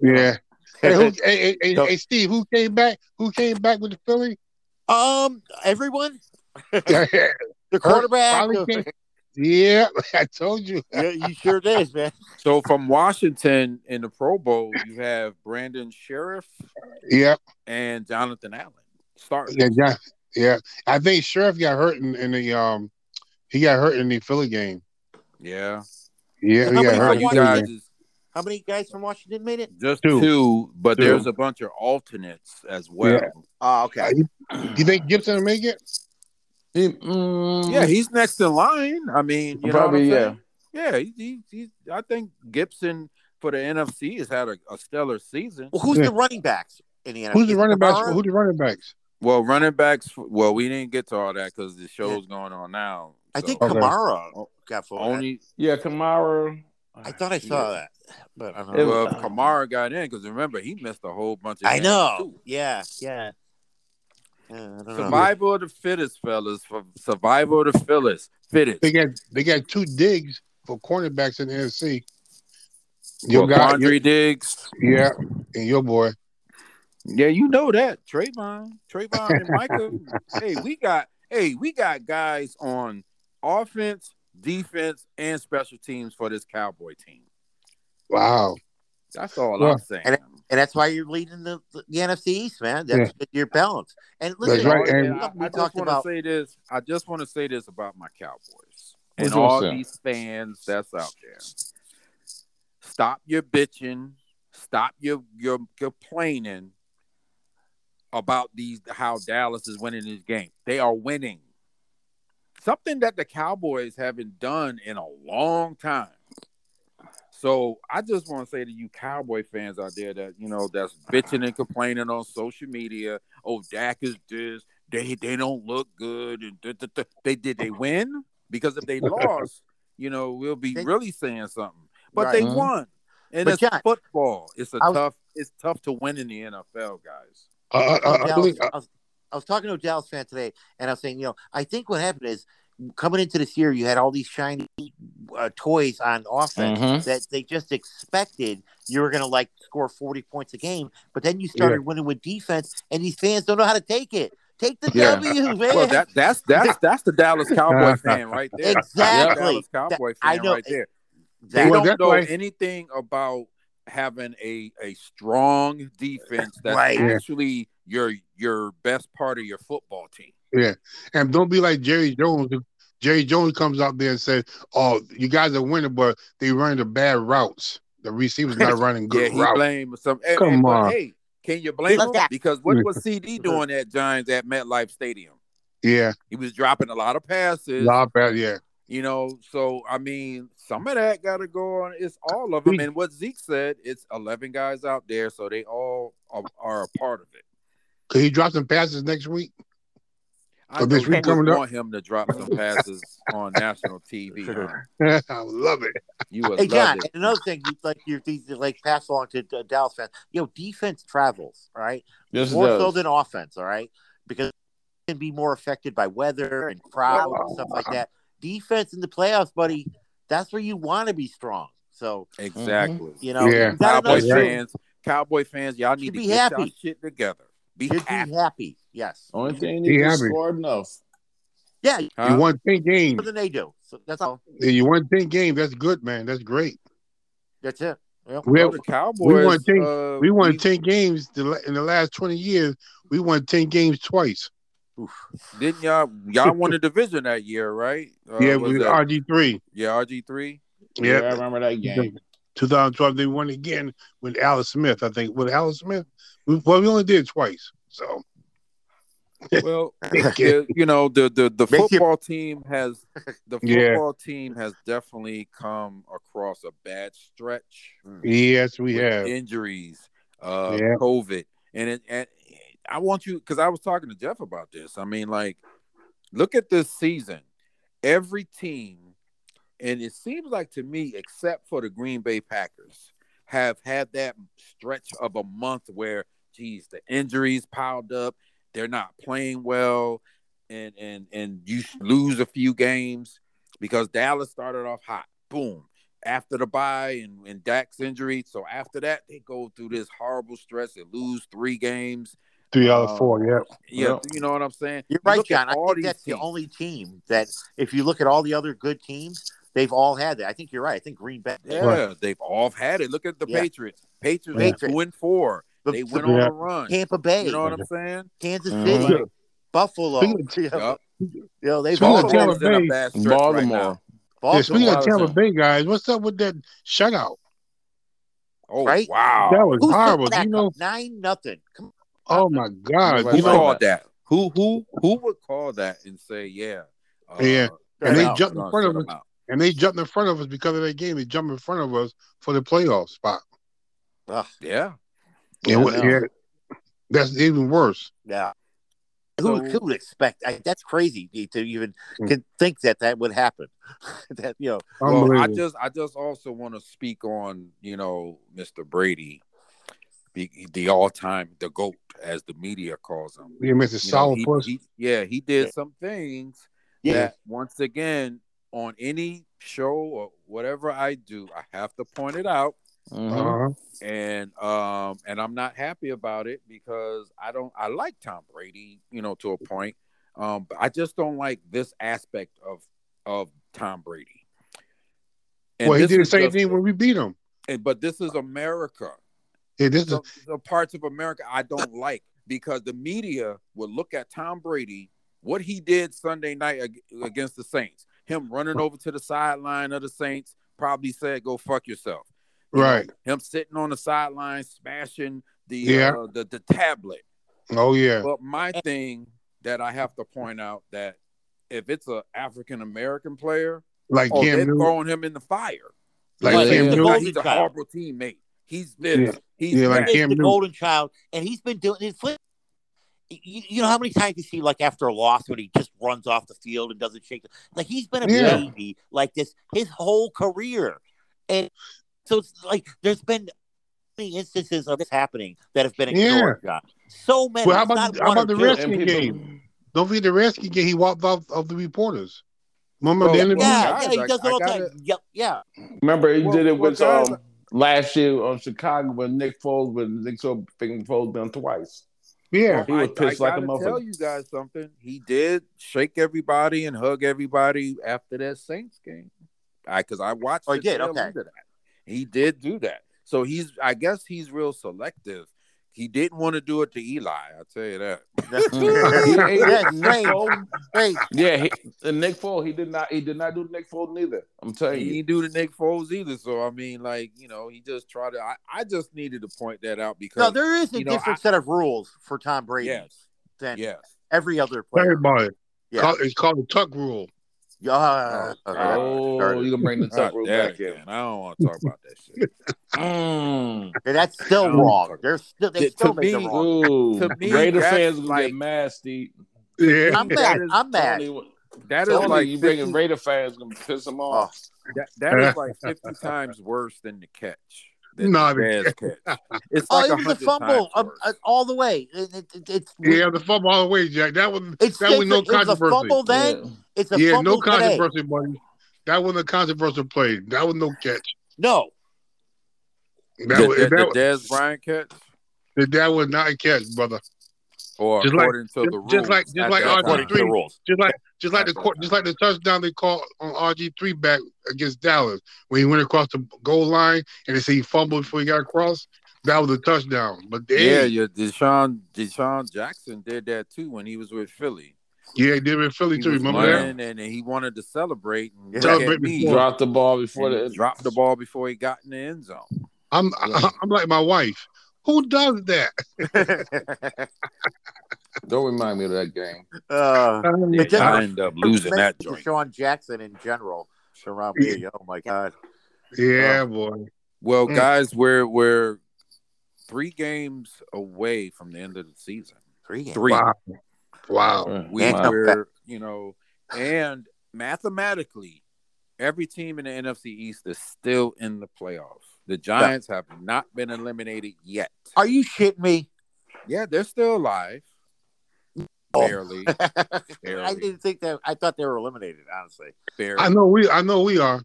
S4: yeah. hey, who, hey, hey,
S3: Don't-
S4: hey, Steve, who came back? Who came back with the [LAUGHS] Philly?
S3: Um, everyone,
S4: Hurts
S3: the quarterback,
S4: finally came, Yeah, [LAUGHS] I told you.
S3: Yeah, you sure did, man.
S1: So from Washington in the Pro Bowl, you have Brandon Sheriff
S4: Yeah,
S1: and Jonathan Allen. Start.
S4: yeah, yeah. yeah. I think Sheriff got hurt in, in the um, he got hurt in the Philly game.
S1: Yeah.
S4: Yeah,
S3: How
S4: he got
S3: many-
S1: Now,
S4: hurt. in
S1: you
S4: the Philly
S1: guys
S4: game.
S1: is
S3: How many guys from Washington made it?
S1: just two,
S4: Two.
S1: but
S4: Two.
S1: there's a bunch of alternates as well.
S3: Oh, okay.
S4: Do you think Gibson will make it?
S2: He, mm,
S1: Yeah, he's next in line. I mean, you
S2: Probably,
S1: know what
S2: yeah.
S1: I'm yeah. Yeah, he, he, he, I think Gibson for the NFC has had a, a stellar season.
S3: Well, who's
S4: Yeah.
S3: the running backs in the NFL?
S4: Who's the running backs?
S3: Kamara?
S4: Who's the running backs?
S1: Well, running backs. Well, we didn't get to all that because the show's going on now.
S3: I think
S1: so
S4: Okay.
S3: Kamara got voted.
S1: only
S2: yeah, Kamara.
S3: I thought I saw that, but I don't know.
S1: well, if Kamara got in because remember he missed a whole bunch of.
S3: Uh, I
S1: games,
S3: know. Uh-huh.
S1: too.
S3: Yeah, yeah. Yeah, I don't know.
S1: Survival of the fittest, fellas. For survival of the fittest, fittest.
S4: They got they got two digs for cornerbacks in the NFC.
S1: Well,
S4: Your guy, your-
S1: Quandre Diggs.
S4: yeah, and your boy.
S1: Yeah, you know that Trayvon, Trayvon and Micah. hey, we got hey, we got guys on offense, defense, and special teams for this Cowboy team.
S4: Wow.
S1: That's all
S4: Yeah.
S1: I'm saying.
S3: And that's why you're leading the, the NFC East, man. That's your balance. And listen,
S4: That's right,
S1: And
S4: and-
S1: I,
S3: we
S1: I just
S3: talked
S1: want to
S3: about-
S1: say this. I just want to say this about my Cowboys
S2: What
S1: and
S2: you
S1: all
S2: wanna say?
S1: these fans that's out there. Stop your bitching. Stop your your complaining about these how Dallas is winning this game. They are winning. Something that the Cowboys haven't done in a long time. So I just want to say to you Cowboy fans out there that you know that's bitching and complaining on social media. Oh, Dak is this. They they don't look good. And da, da, da. they did they win because
S3: [LAUGHS]
S1: if they lost, you know we'll be
S3: They-
S1: really saying something. But
S3: Right. Mm-hmm.
S1: they
S2: Mhm.
S1: won, and
S3: But
S1: it's
S3: Jack,
S1: football. It's a
S3: I was-
S1: tough. It's tough to win in the NFL, guys.
S4: Uh, uh, uh, I
S3: Dallas-
S4: believe-
S3: I was- I was talking to a Dallas fan today, and I was saying, you know, I think what happened is coming into this year, you had all these shiny uh, toys on offense
S4: Mm-hmm.
S2: Mhm.
S3: that they just expected you were going to like score 40 points a game, but then you started winning with defense, and these fans don't know how to take it. Take the
S2: Yeah.
S3: W,
S1: [LAUGHS]
S3: man.
S1: Well, that that's
S3: [LAUGHS]
S1: that's that's the Dallas Cowboy fan right there. That's the
S3: Exactly.
S1: Dallas Cowboy fan
S3: That- I know-
S1: right there.
S3: That-
S1: They
S4: Well,
S1: don't
S4: that's
S1: know
S4: why-
S1: anything about having a a strong defense that's
S3: Right.
S4: Yeah.
S1: actually your your best part of your football team.
S4: and don't be like Jerry Jones. Jerry Jones comes out there and says, "Oh, you guys are winning, but they running the bad routes. The
S1: [LAUGHS]
S4: receivers not running
S1: Yeah,
S4: good
S1: he
S4: routes."
S1: blamed some. and-
S4: Come
S1: and- but
S4: on.
S1: hey, can you blame
S3: Look
S1: him?
S3: at-
S1: Because what was
S4: [LAUGHS]
S1: CD doing at Giants at MetLife Stadium?
S4: yeah,
S1: He was dropping a lot of passes.
S4: lot bad. Yeah,
S1: You know, so I mean, some of that got to go on. It's all of them, and what Zeke said, it's eleven guys out there, so they all are, are a part of it.
S4: could he drop some passes next week? [LAUGHS]
S1: I
S4: So
S1: know
S4: this
S1: you
S4: week
S1: would
S4: coming up-
S1: want him to drop some passes on national TV. huh?
S4: I love it.
S1: You would
S3: Hey
S1: love
S3: John,
S1: it.
S3: and another thing, you like you're these like pass along to uh, Dallas fans. You know, defense travels, all right?
S2: Yes, it
S3: more so
S2: does.
S3: than offense, all right? Because it can be more affected by weather and crowd and stuff like that. Defense in the playoffs, buddy, that's where you want to be strong. So,
S1: exactly.
S3: you Mm-hmm. know,
S4: Yeah.
S3: you got
S1: Cowboy
S3: another
S4: That's right.
S3: shoe.
S1: fans, Cowboy fans, y'all need
S3: Should
S1: to
S3: be
S1: get y'all
S3: happy.
S1: shit together. Be
S3: Should
S1: happy.
S3: be happy. Yes.
S2: Only thing
S4: He
S2: he can
S4: happy.
S2: score enough.
S3: Yeah, more
S1: huh?
S4: You won ten games.
S3: than they do. So that's all.
S4: You won ten games. That's good, man. That's great.
S3: That's it. Well,
S4: We
S1: Well,
S4: have,
S1: the Cowboys.
S4: won ten-
S1: uh,
S4: we won ten games the la- in the last twenty years. We won ten games twice.
S1: Didn't y'all y'all won the division that year, right? Uh,
S4: yeah,
S1: was
S4: we
S1: that-
S4: RG three.
S1: yeah, RG three.
S2: Yeah, I
S4: Yeah,
S2: remember that game.
S4: 2012 they won again with Alice Smith. I think with Alice Smith. We, well, we only did it twice. So
S1: Well,
S4: [LAUGHS] yeah,
S1: the- you know the the, the
S3: Make it-
S1: football team has the
S4: Yeah.
S1: football team has definitely come across a bad stretch.
S4: Hmm. yes, we
S1: with
S4: have.
S1: injuries, uh,
S4: Yeah.
S1: COVID, and it, and I want you because I was talking to Jeff about this. I mean, like, look at this season. Every team, and it seems like to me, except for the Green Bay Packers, have had that stretch of a month where, geez, the injuries piled up. They're not playing well, and and and you lose a few games because Dallas started off hot. Boom after the bye and, and Dak's injury. So after that, they go through this horrible stretch. They lose three games.
S4: Three out
S1: Uh,
S4: of four. Yeah.
S1: Yeah,
S2: Well-
S1: you know what I'm saying.
S3: You're
S1: You
S3: right,
S1: look at
S3: John. I
S1: all
S3: think
S1: these
S3: that's the
S1: teams.
S3: only team that, if you look at all the other good teams, they've all had that. I think you're right. I think Green Bay.
S1: Yeah, they've all had it. Look at the
S3: Yeah.
S1: Patriots. Patriots
S3: Yeah.
S1: went two and four. They went on
S4: Yeah.
S1: a run.
S3: Tampa Bay,
S1: You know what I'm saying?
S3: Kansas
S2: Mhm.
S3: City,
S4: Speaking of-
S3: Buffalo.
S4: Speaking
S3: You know,
S1: Yup.
S3: you know, they've
S4: Speaking
S3: all
S4: of
S3: had
S4: Tampa
S1: Baltimore's
S3: that.
S1: in a
S4: Bay-
S1: bad stretch right now.
S2: Baltimore.
S4: yeah,
S3: Baltimore.
S4: speaking of
S2: Washington.
S4: Tampa Bay guys, what's up with that shutout?
S1: Oh
S3: Right?
S1: wow!
S4: That was
S3: Who said
S4: horrible.
S3: that
S4: You know,
S3: come- nine nothing. Come on.
S4: oh my God.
S2: Nobody
S4: You
S1: who
S2: saw
S4: know,
S1: called that? Who who who would call that and say yeah? Uh,
S4: Yeah. And
S1: shut
S4: they
S1: out,
S4: jumped in
S1: shut
S4: front of
S1: shut
S4: us.
S1: 'em out.
S4: and they jumped in front of us because of that game. They jumped in front of us for the playoff spot.
S3: Ugh,
S1: Yeah,
S4: Yeah,
S3: I
S4: what-
S3: know.
S4: yeah. That's even worse.
S3: yeah. Who,
S1: So-
S3: who would expect? I, that's crazy to even
S4: Hmm.
S3: could think that that would happen. [LAUGHS] that you know,
S1: Well, I
S4: Unbelievable.
S1: just I just also want to speak on you know Mr. Brady, the, the all time the goat as the media calls him.
S4: You missed a
S1: You know,
S4: solid
S1: he,
S4: push.
S1: he- yeah, he did some things
S3: yeah,
S1: that once again on any show or whatever I do, I have to point it out,
S2: Mhm.
S4: Uh-huh.
S1: and um and I'm not happy about it because I don't I like Tom Brady, you know, to a point, um, but I just don't like this aspect of of Tom Brady. And
S4: Well, he
S1: this
S4: did the
S1: is
S4: same
S1: just-
S4: thing when we beat him.
S1: and- but this is
S4: [LAUGHS]
S1: America.
S4: Yeah, this is
S1: The, the parts of America I don't like because the media will look at Tom Brady, what he did Sunday night ag- against the Saints, him running over to the sideline of the Saints, probably said, "Go fuck yourself." You know,
S4: right.
S1: him sitting on the sideline smashing the
S4: Yeah.
S1: uh, the the tablet.
S4: Oh yeah.
S1: But my thing that I have to point out that if it's an African American player,
S4: Like
S1: oh,
S4: Cam
S1: they're
S4: Newton.
S1: throwing him in the fire.
S4: Like
S3: Like,
S4: Cam
S3: yeah.
S4: Newton.
S3: Golden
S1: He's a
S3: child.
S1: horrible teammate. He's this.
S4: Yeah.
S1: He's
S4: Yeah, like
S1: that.
S3: He's
S4: Cam
S3: the
S4: Newton.
S3: golden child, and he's been doing it. Flip, you, you know how many times you see like after a loss when he just runs off the field and doesn't shake. the- Like he's been a
S4: Yeah.
S3: baby like this his whole career, and so it's like there's been many instances of this happening that have been ignored. John. So many.
S4: Well, how
S3: It's
S4: about
S3: not
S4: how
S3: one
S4: about
S3: or
S4: the
S3: two.
S4: Redskins game? Don't forget the Redskins game. He walked off of the reporters. Remember
S1: Well,
S4: the interview?
S1: well,
S3: Yeah,
S1: guys,
S3: yeah, he
S1: I-
S3: does it
S1: I
S3: all the
S1: gotta-
S3: time. Yep, yeah.
S2: Remember, he
S1: Well-
S2: did it
S1: well,
S2: with
S1: guys-
S2: um last year on Chicago when Nick Foles when Nick so freaking Foles down twice.
S4: yeah.
S2: He was pissed like a
S1: gotta
S2: motherfucker.
S1: tell you guys something. He did shake everybody and hug everybody after that Saints game. I because I watched.
S3: Oh, he
S1: the
S3: did?
S1: tail
S3: Okay.
S1: end of that. He did do that. So he's. I guess he's real selective. He didn't want to do it to Eli. I tell you that.
S3: [LAUGHS]
S2: He ain't-
S3: Yes,
S2: Nick
S3: right.
S2: Foles-
S3: Great.
S2: yeah, he, and Nick Foles, he did not he did not do Nick Foles neither. I'm telling
S1: [LAUGHS] He
S2: you.
S1: didn't do the Nick Foles either. So I mean, like you know, he just tried to. I, I just needed to point that out
S3: No,
S1: because [LAUGHS]
S3: there is a
S1: You know,
S3: different
S1: I-
S3: set of rules for Tom Brady
S1: yes,
S3: than
S1: yes.
S3: every other
S4: Tell
S3: player.
S4: about it.
S3: Yeah.
S4: Call- It's called the Tuck Rule.
S3: Yeah.
S1: Oh,
S3: Uh,
S2: Oh, you gonna bring the
S1: Not
S2: top rule
S1: that
S2: back in.
S1: again. I don't want to talk about that shit.
S2: Mm.
S3: that's still
S1: No.
S3: wrong. They're still they
S1: To-
S3: still
S1: to
S3: make it
S1: me-
S3: wrong.
S2: Ooh,
S1: To me,
S2: Raider
S1: that's
S2: fans gonna
S1: like-
S2: get mad, Steve.
S4: Yeah.
S3: [LAUGHS] I'm mad.
S1: is-
S3: I'm mad.
S2: Tony,
S1: That is
S2: Tony,
S1: like
S2: you
S1: 50
S2: bringing Raider fans gonna piss them
S3: Oh,
S2: off.
S1: That, that is like 50 times worse than the catch. Than
S4: No,
S1: the
S4: the- [LAUGHS]
S1: Bears catch. It's
S3: oh,
S1: like
S3: it was
S1: 100
S3: a fumble
S1: times
S3: um,
S1: worse.
S3: uh, all the way. It, it, it- it's
S4: [LAUGHS] Yeah, the fumble all the way, Jack. That was
S3: it's
S4: that was no
S3: it was a
S4: controversy.
S3: fumble then.
S2: Yeah.
S3: It's a
S4: yeah,
S3: fumble
S4: no
S3: today.
S4: controversy, buddy. That wasn't a controversial play. That was no catch.
S3: No,
S4: That
S1: the,
S4: was
S1: the,
S4: that, was-
S1: the Dez Bryant catch,
S4: that, was not a catch, brother.
S1: or
S4: Just like-
S1: according to the rules,
S4: just- just like- just
S1: at
S4: like
S1: that
S4: our
S1: time.
S3: according to the
S4: three.
S3: rules.
S4: Just like just like the
S1: Not that
S4: court,
S1: time.
S4: just like the touchdown they called on RG three back against Dallas when he went across the goal line and they say he fumbled before he got across. That was a touchdown. But
S1: Yeah,
S4: they, yeah,
S1: yeah, Deshaun Deshaun Jackson did that too when he was with Philly.
S4: yeah, they did it in Philly
S1: He
S4: too.
S1: was
S4: Remember that?
S1: running and he wanted to celebrate and look
S4: Celebrate
S1: at me,
S2: He
S4: before-
S2: dropped the ball before
S1: and
S2: the
S1: dropped the ball before he got in the end zone.
S4: I'm
S2: Yeah.
S4: [LAUGHS] I'm like my wife. Who does that?
S2: Don't remind me of that game.
S3: [LAUGHS] uh,
S1: Yeah,
S3: It just-
S1: I end up losing that
S3: to
S1: joint.
S3: Sean Jackson in general. Sharon Brady. Oh my God.
S4: yeah, boy.
S1: Well,
S4: Mm.
S1: guys, we're we're three games away from the end of the season.
S3: Three. games.
S1: Three.
S4: Wow. Wow.
S1: We
S3: Yeah.
S1: were, you know, and mathematically, every team in the NFC East is still in the playoffs. The Giants have not been eliminated yet.
S3: Are you shitting me?
S1: Yeah, they're still alive.
S3: Oh.
S1: Barely,
S3: I
S1: Barely.
S3: didn't think that. I thought they were eliminated. Honestly,
S1: barely.
S4: I know we I know we are.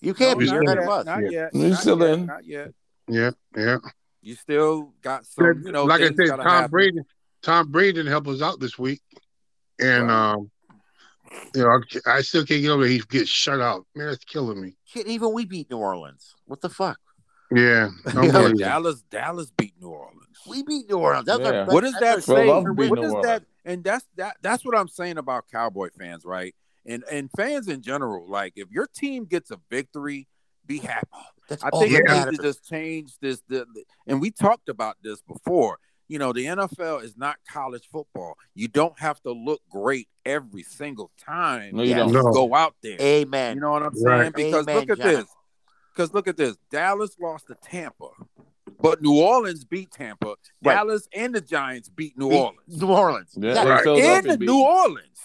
S3: you can't
S1: No,
S3: be
S1: not
S3: ahead
S1: yet,
S3: of us.
S1: Not yet.
S2: We're
S1: not
S2: still
S1: yet,
S2: in.
S1: Not yet.
S4: Yeah, yeah.
S1: You still got some, you know,
S4: like I
S1: things
S4: said, Tom
S1: gotta happen.
S4: Brady. Tom Brady didn't help us out this week, and um, you know, I, I still can't get over. He gets shut out. Man, it's killing me.
S3: Shit, even we beat New Orleans. What the fuck?
S1: [LAUGHS]
S4: Yeah,
S1: Yeah,
S4: unbelievable.
S1: Dallas, Dallas beat New Orleans.
S3: We beat New Orleans. That was our
S2: Yeah.
S3: best-
S1: what does that
S3: that's our
S1: say?
S2: love
S3: beat
S1: What
S2: New
S1: does
S2: Orleans.
S1: that? And that's that. That's what I'm saying about Cowboy fans, right? And and fans in general. Like, if your team gets a victory, be happy.
S3: That's
S1: I
S3: all
S1: think
S3: that
S1: it needs
S3: matters.
S1: to just change this. The, the- and we talked about this before. You know, the NFL is not college football. You don't have to look great every single time
S2: No, you
S1: that
S2: don't.
S4: No.
S1: go out there.
S3: Amen.
S1: You know what I'm saying?
S4: Right.
S1: Because
S3: Amen,
S1: look at
S3: John.
S1: this. Because look at this. Dallas lost to Tampa, but New Orleans beat Tampa.
S3: Right.
S1: Dallas and the Giants beat New
S3: Beat
S1: Orleans.
S3: New Orleans.
S2: Yeah,
S3: That-
S2: and
S4: Right.
S2: Philadelphia
S1: And the
S2: beat-
S1: New Orleans.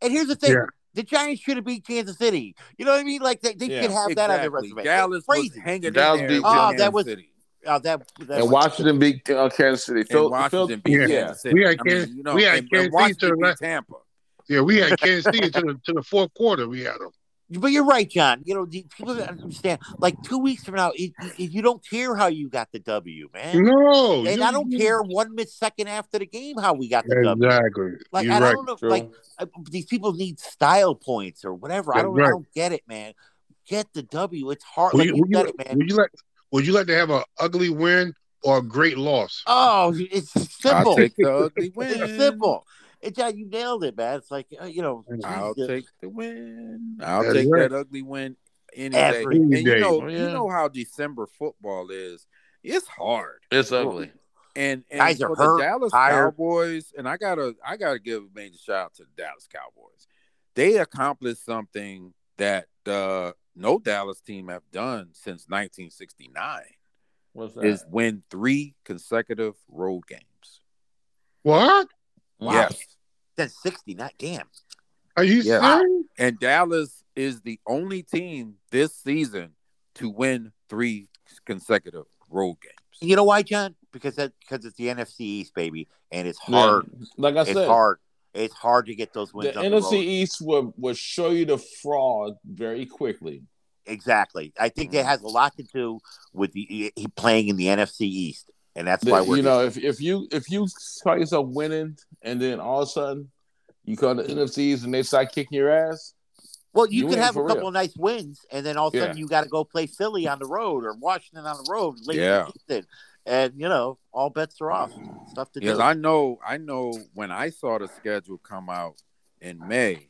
S3: And here's the thing:
S4: Yeah.
S3: the Giants should have beat Kansas City. You know what I mean? Like they, they
S2: Yeah.
S3: should have that on their
S1: Exactly.
S3: resume.
S1: Dallas
S3: It's
S1: was
S3: crazy.
S1: hanging
S5: Dallas
S1: in there.
S5: beat
S1: with
S5: Oh,
S3: that
S1: Kansas
S3: was-
S1: City.
S3: Uh, that, that-
S2: And Washington beat uh, Kansas City.
S1: And
S2: Phil-
S1: Washington
S2: Phil-
S1: beat
S4: yeah.
S1: Kansas City.
S4: We had
S1: I
S4: Kansas-
S1: mean, you know,
S4: we had
S1: and,
S4: Kansas
S1: and
S4: City to the
S1: Washington beat
S4: left.
S1: Tampa.
S4: yeah, we had Kansas City to the to the fourth quarter. We had them.
S3: But you're right, John. You know, the- people don't understand. Like two weeks from now, it, it- you don't care how you got the W, man.
S4: No,
S3: and
S4: you-
S3: I don't care one mid second after the game how we got the W.
S4: Exactly.
S3: Like
S4: You're
S3: I
S4: right.
S3: don't know,
S2: True.
S3: like I- these people need style points or whatever. I
S4: That's
S3: don't, I
S4: right.
S3: don't get it, man. Get the W. It's hard.
S4: Would
S3: Like
S4: you,
S3: you
S4: would,
S3: said
S4: you,
S3: it, man.
S4: would you like would you like to have an ugly win or a great loss?
S3: Oh, it's
S1: I'll
S3: simple.
S1: take
S3: [LAUGHS]
S1: the ugly win.
S3: It's simple. It's how you nailed it, man. It's like uh, you know. geez,
S1: I'll
S3: uh,
S1: take the win. I'll
S4: That's
S1: take
S4: right.
S1: that ugly win any
S3: Every
S1: day. And
S4: day.
S1: you know,
S2: Oh,
S1: you
S2: yeah.
S1: know how December football is. It's hard.
S5: It's ugly.
S1: And, and
S3: Guys are
S1: for
S3: hurt,
S1: the Dallas
S3: tired.
S1: Cowboys, and I gotta I gotta give a major shout out to the Dallas Cowboys. They accomplished something that uh, no Dallas team have done since 1969
S2: What's that?
S1: is win three consecutive road games.
S4: What?
S3: Wow.
S1: Yes.
S3: That's sixty. Not damn.
S4: Are you
S1: Yeah.
S4: serious?
S1: And Dallas is the only team this season to win three consecutive road games.
S3: You know why, John? Because that because it's the NFC East, baby, and it's
S2: Yeah.
S3: hard.
S2: Like I
S3: It's
S2: said,
S3: hard. It's hard to get those
S2: the
S3: wins. on the
S2: NFC
S3: road.
S2: East will, will show you the fraud very quickly.
S3: Exactly. I think
S2: Mm.
S3: that has a lot to do with the, e, he playing in the NFC East, and that's
S2: The-
S3: why we're
S2: you know, if, if you if you call yourself winning and then all of a sudden you call the NFCs and they start kicking your ass,
S3: Well, you,
S2: You
S3: can
S2: ain't
S3: have a
S2: for
S3: couple
S2: real.
S3: of nice wins, and then all of a sudden
S2: Yeah.
S3: you got to go play Philly on the road or Washington on the road late
S1: Yeah.
S3: in the season, and you know all bets are off. Stuff to
S1: Because
S3: do.
S1: I know, I know when I saw the schedule come out in May,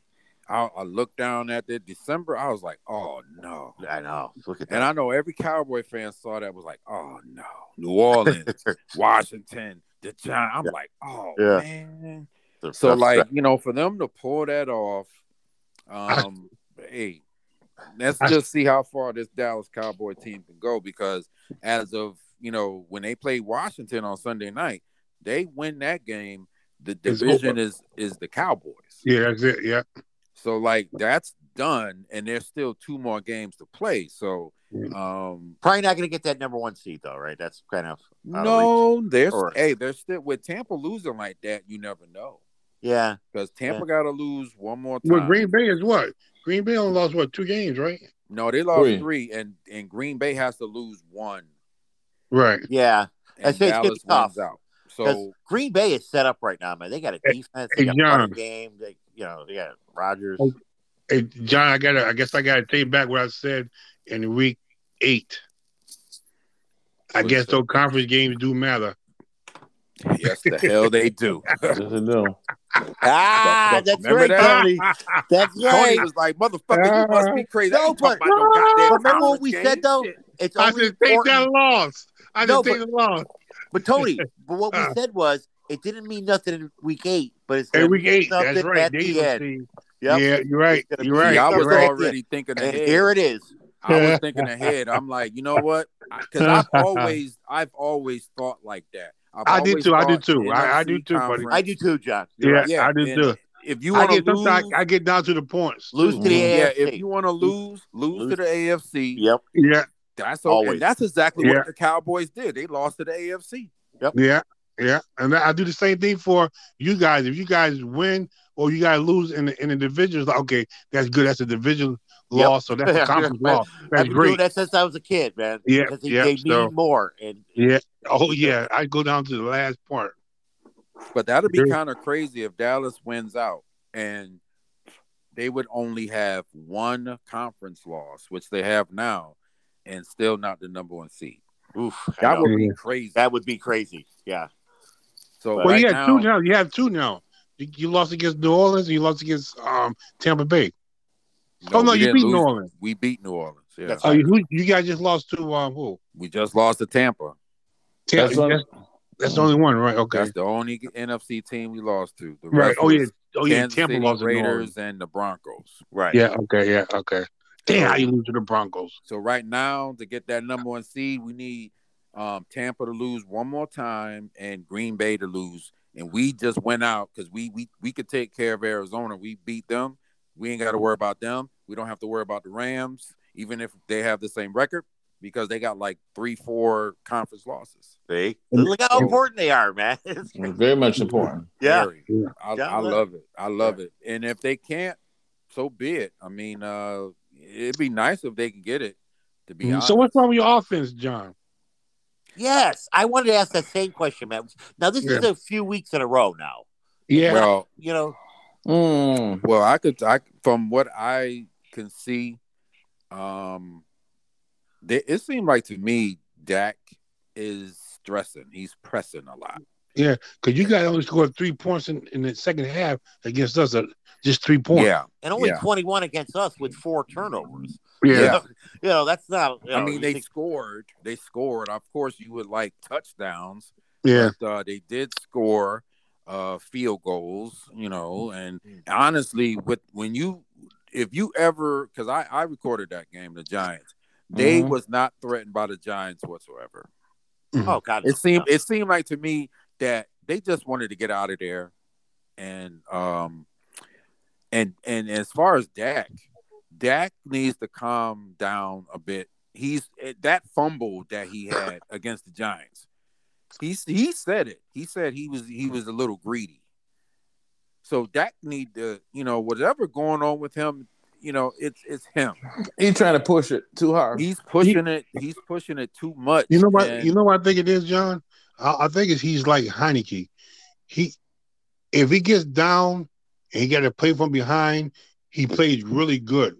S1: I, I looked down at the December. I was like, oh no.
S3: I know. Look at that.
S1: And I know every Cowboy fan saw that was like, oh no.
S3: [LAUGHS]
S1: New Orleans, Washington, the Giants. I'm like, oh
S3: Yeah.
S1: man.
S3: The
S1: So
S3: rough
S1: like
S3: stretch.
S1: you know, for them to pull that off, um, hey, let's
S4: I-
S1: just see how far this Dallas Cowboy team can go because as of you know when they play Washington on Sunday night, they win that game. The
S4: It's
S1: division
S4: over.
S1: is is the Cowboys.
S4: Yeah, that's it. Yeah.
S1: So like that's done, and there's still two more games to play. So.
S4: Mm.
S1: Um,
S3: probably not going to get that number one seed though, right? That's kind of Out of
S1: no, there's
S3: All right.
S1: hey, there's still with Tampa losing like that, you never know
S3: yeah.
S1: because Tampa got to lose one more time.
S4: Well, Green Bay is what? Green Bay only lost what two games, right?
S1: No, they lost
S2: Three.
S1: three, and and Green Bay has to lose one,
S4: Right.
S3: Yeah, I
S1: and
S3: say it's gonna be
S1: Dallas wins
S3: tough.
S1: out.
S3: 'Cause
S1: So
S3: Green Bay is set up right now, man. They got a defense, they
S4: hey,
S3: got a running
S4: John.
S3: game, they you know they got Rodgers.
S1: Oh,
S4: Hey, Hey, John, I gotta. I guess I gotta take back what I said in week eight. I
S1: What'd you
S4: guess
S1: say?
S4: those conference games
S1: [LAUGHS]
S4: do matter.
S1: yes,
S4: [LAUGHS]
S1: the hell they do.
S2: yes, it do.
S3: Ah, that's
S1: Remember
S3: right,
S1: that?
S3: Tony. That's
S1: Tony
S3: right.
S1: was like, "Motherfucker, you must
S4: Uh,
S1: be crazy." I
S3: No,
S1: ain't talking
S3: but-
S1: about no goddamn
S3: Remember what
S1: conference
S3: we
S1: game.
S3: said though?
S1: Shit.
S3: It's
S4: I
S3: only
S4: said take that
S3: important-
S4: loss. I
S3: No,
S4: said take the loss.
S3: But
S4: [LAUGHS]
S3: Tony, but what we
S4: Uh.
S3: said was it didn't mean nothing in week eight, but it's
S4: In
S3: gonna
S4: week
S3: mean
S4: eight, that's
S3: something
S4: right.
S3: at
S4: There
S3: the
S4: you go,
S3: end.
S4: Steve.
S3: Yep.
S4: Yeah, you're right.
S3: It's gonna
S4: You're
S3: be-
S4: right.
S1: See, I was
S4: You're right.
S1: already thinking
S3: And
S1: ahead.
S3: here it is.
S1: I
S4: [LAUGHS]
S1: was thinking ahead. I'm like, you know what? Because I've always, I've always thought like that. I've
S4: I did
S1: always
S4: too, I
S1: thought
S4: did too. I- I
S1: NFC
S4: do too, buddy.
S3: I do too, John.
S4: Yeah,
S1: conference-
S4: I did
S1: and
S4: too.
S1: If you
S4: I
S1: want
S4: get
S1: to
S4: sometimes
S1: lose,
S4: I get down to the points.
S3: Lose
S4: too.
S3: to the
S1: yeah,
S3: AFC.
S1: if you want to lose, lose to the AFC.
S3: Yep.
S4: Yeah,
S1: That's okay.
S3: Always.
S1: And that's exactly
S4: Yeah.
S1: what the Cowboys did. They lost to the AFC.
S4: yeah, yeah. And I do the same thing for you guys. If you guys win or you guys lose in the in the divisions, like, okay, that's good. That's a division
S3: Yep.
S4: loss, so that's a conference loss. That's
S3: I've been doing
S4: great.
S3: that since I was a kid, man.
S4: Yeah,
S3: Because they,
S4: yeah,
S3: they
S4: so-
S3: mean more, and
S4: Yeah, Oh yeah, I go down to the last part.
S1: But that'd be
S4: Yeah.
S1: kind of crazy if Dallas wins out and they would only have one conference loss, which they have now, and still not the number one seed.
S3: Oof, I
S1: That
S3: know.
S1: would be crazy.
S3: that would be crazy. Yeah,
S1: so
S4: Well,
S1: right
S4: you
S1: now,
S4: have two now. You have two now. You, you lost against New Orleans. and You lost against um, Tampa Bay. oh no,
S1: we
S4: you
S1: didn't
S4: beat New
S1: lose.
S4: Orleans.
S1: We beat New Orleans. Yeah,
S3: That's
S4: Oh, you, who, you guys just lost to um, who?
S1: we just lost to Tampa.
S4: Tampa,
S2: That's
S4: that's,
S2: what-
S4: that's the only one, right? Okay,
S1: That's the only NFC team we lost to. The
S4: right.
S1: rest
S4: Oh yeah,
S1: was
S4: oh yeah.
S1: Kansas
S4: Tampa
S1: City
S4: lost to New Orleans.
S1: Raiders and the Broncos.
S3: right.
S4: Yeah. Okay. Yeah. Okay. Damn, how you lose to the Broncos?
S1: So right now, to get that number one seed, we need um, Tampa to lose one more time and Green Bay to lose. And we just went out because we we we could take care of Arizona. We beat them. We ain't got to worry about them. We don't have to worry about the Rams, even if they have the same record, because they got like three, four conference losses.
S3: See, look
S1: So-
S3: how important they are, man. [LAUGHS]
S2: Very much important.
S3: yeah,
S1: Very.
S4: Yeah.
S1: I,
S3: Yeah,
S1: I
S3: look.
S1: love it. I love it. And if they can't, so be it. I mean, uh, it'd be nice if they can get it. To be honest,
S4: Mm-hmm. So what's wrong with your offense, John?
S3: yes. I wanted to ask that same question, man. Now this is a few weeks in a row now.
S4: Yeah.
S1: Well,
S3: You know,
S2: Mm.
S1: Well, I could, I from what I can see, um, they, it seemed like to me Dak is stressing. He's pressing a lot.
S4: Because you guys only scored three points in, in the second half against us, uh, just three points.
S1: Yeah,
S3: and only
S1: Yeah.
S3: 21 against us with four turnovers.
S4: Yeah.
S1: Yeah.
S3: [LAUGHS] You know, that's not. you
S1: I
S3: know,
S1: mean
S3: you
S1: they
S3: think-
S1: scored. They scored. Of course, you would like touchdowns.
S4: Yeah.
S1: But, uh, they did score uh, field goals, you know. And
S3: Mm-hmm.
S1: honestly, with when you, if you ever, because I I recorded that game, the Giants. They
S2: Mhm.
S1: was not threatened by the Giants whatsoever.
S3: oh God,
S1: it seemed it seemed like to me that they just wanted to get out of there and um and and as far as Dak Dak needs to calm down a bit he's eh, that fumble that he
S4: [COUGHS]
S1: had against the Giants he he said it he said he was he was a little greedy so Dak need to you know whatever going on with him you know it's it's him
S2: He's trying to push it too hard.
S1: he's pushing it he's pushing it too much
S4: You know what?
S1: and-
S4: you know what I think it is, John. I, I think it's he's like Heineke. He, if he gets down and he got to play from behind, he plays really good.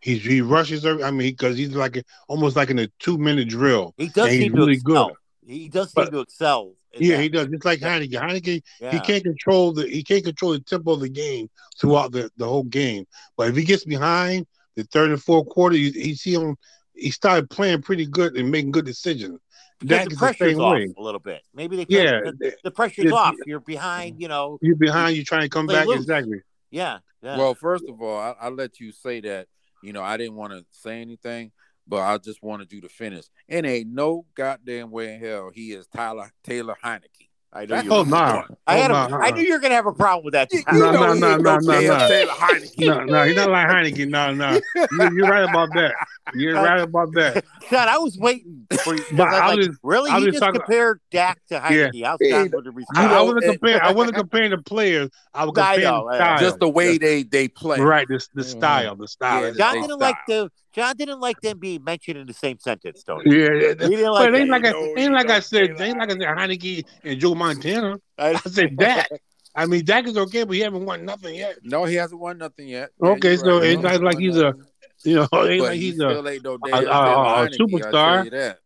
S4: He's he rushes. every- I mean, because he's like a- almost like in a two minute drill.
S3: he does
S4: and he's
S3: seem
S4: really
S3: to excel.
S4: good.
S3: He does seem
S4: But-
S3: to excel. in
S4: Yeah,
S3: that.
S4: he does. Just like Heineke. Heineke, he
S3: Yeah.
S4: can't control the he can't control the tempo of the game throughout the, the whole game. But if he gets behind the third and fourth quarter, you, you see him. He started playing pretty good and making good decisions.
S3: Because
S4: Dak
S3: the
S4: is the
S3: pressure's
S4: same
S3: off
S4: way.
S3: a little bit. Maybe they play,
S4: Yeah,
S3: the, the pressure's
S4: Yeah.
S3: off. You're behind, you know.
S4: you're behind. You trying to come
S3: They
S4: back
S3: lose.
S4: exactly.
S3: Yeah. yeah.
S1: Well, first of all, I, I let you say that. You know, I didn't want to say anything, but I just wanted you to finish. And ain't no goddamn way in hell he is Tyler Taylor Heineke.
S3: I knew
S1: That's
S3: you
S4: Oh
S3: were
S4: no,
S3: I had
S4: oh,
S3: a, I knew you were gonna have a problem with that.
S1: You- you
S3: Tyler.
S4: No,
S1: know
S4: no,
S1: he
S4: no,
S1: ain't
S4: no, no,
S1: Taylor,
S4: no.
S1: Taylor Heineke.
S4: no, no, he's not like Heineken. No, no, you, you're right about that. You're right about that.
S3: God, I was waiting for you. 'cause
S4: But
S3: I'm
S4: I
S3: like,
S4: was,
S3: really?
S4: I
S3: You
S4: was
S3: just
S4: talking-
S3: compared Dak to Heineke. I was not
S1: Yeah.
S3: going to respond.
S4: I,
S1: You know,
S4: I wasn't
S1: it-
S4: comparing. I wasn't comparing the players. I was
S3: I
S4: comparing
S3: know,
S4: the
S3: I know.
S4: style.
S1: Just the way they they play.
S4: right. The, the
S2: Mm.
S4: style, the style.
S1: Yeah,
S3: John
S1: they
S3: didn't
S1: style.
S3: like the John didn't like them being mentioned in the same sentence, Tony.
S4: Yeah,
S3: He didn't like
S4: but ain't
S3: that.
S4: like I
S1: know, you
S4: ain't like
S1: know,
S4: I said
S1: Taylor
S4: ain't like I said Heineke and Joe Montana.
S3: I-
S4: I said Dak. I mean Dak is okay, but he haven't won nothing yet.
S1: No, he hasn't won nothing yet.
S4: Okay,
S1: you're
S4: so
S1: right.
S4: it's not like he's a-
S1: Won nothing.
S4: You know, ain't
S1: But
S4: like
S1: he
S4: he's a
S1: still ain't no
S4: a-
S1: damn Taylor
S4: a- a
S1: Heineke. I tell
S4: superstar.
S1: you that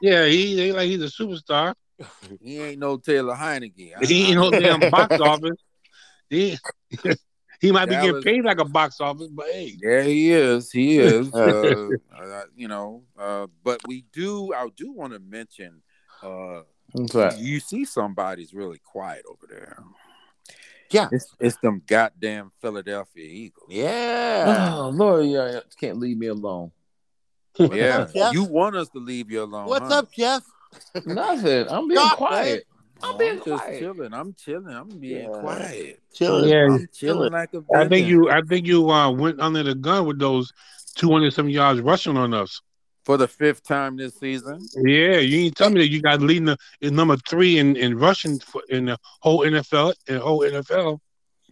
S4: yeah, he ain't like he's a superstar.
S1: he ain't no Taylor Heineke. I-
S4: He ain't
S1: I-
S4: no damn box office. He, [LAUGHS] he might be getting
S1: Dallas-
S4: paid like a box office, but hey,
S1: Yeah, he is. He is. uh, uh, you know, uh, but we do. I do want to mention. Uh,
S2: That's right.
S1: You see, somebody's really quiet over there.
S3: Yeah.
S1: it's, it's them goddamn Philadelphia Eagles.
S3: Yeah.
S2: Oh Lord, yeah, yeah, can't leave me alone.
S1: yeah.
S3: up, Jeff?
S1: you want us to leave you
S4: Oh,
S1: alone.
S3: What's
S1: huh?
S3: up, Jeff?
S2: Nothing. I'm being
S3: Stop,
S2: quiet.
S1: Oh,
S2: I'm being
S1: just
S2: quiet.
S1: chilling. I'm chilling. I'm being
S3: Yeah.
S1: quiet.
S3: Chilling.
S4: Yeah.
S1: I'm chilling like a
S4: I think
S1: virgin.
S4: you I think you uh, went under the gun with those two hundred some yards rushing on us.
S1: for the fifth time this season.
S4: Yeah, you ain't tell me that you got leading the in number three in in rushing for, in the whole NFL in the whole NFL.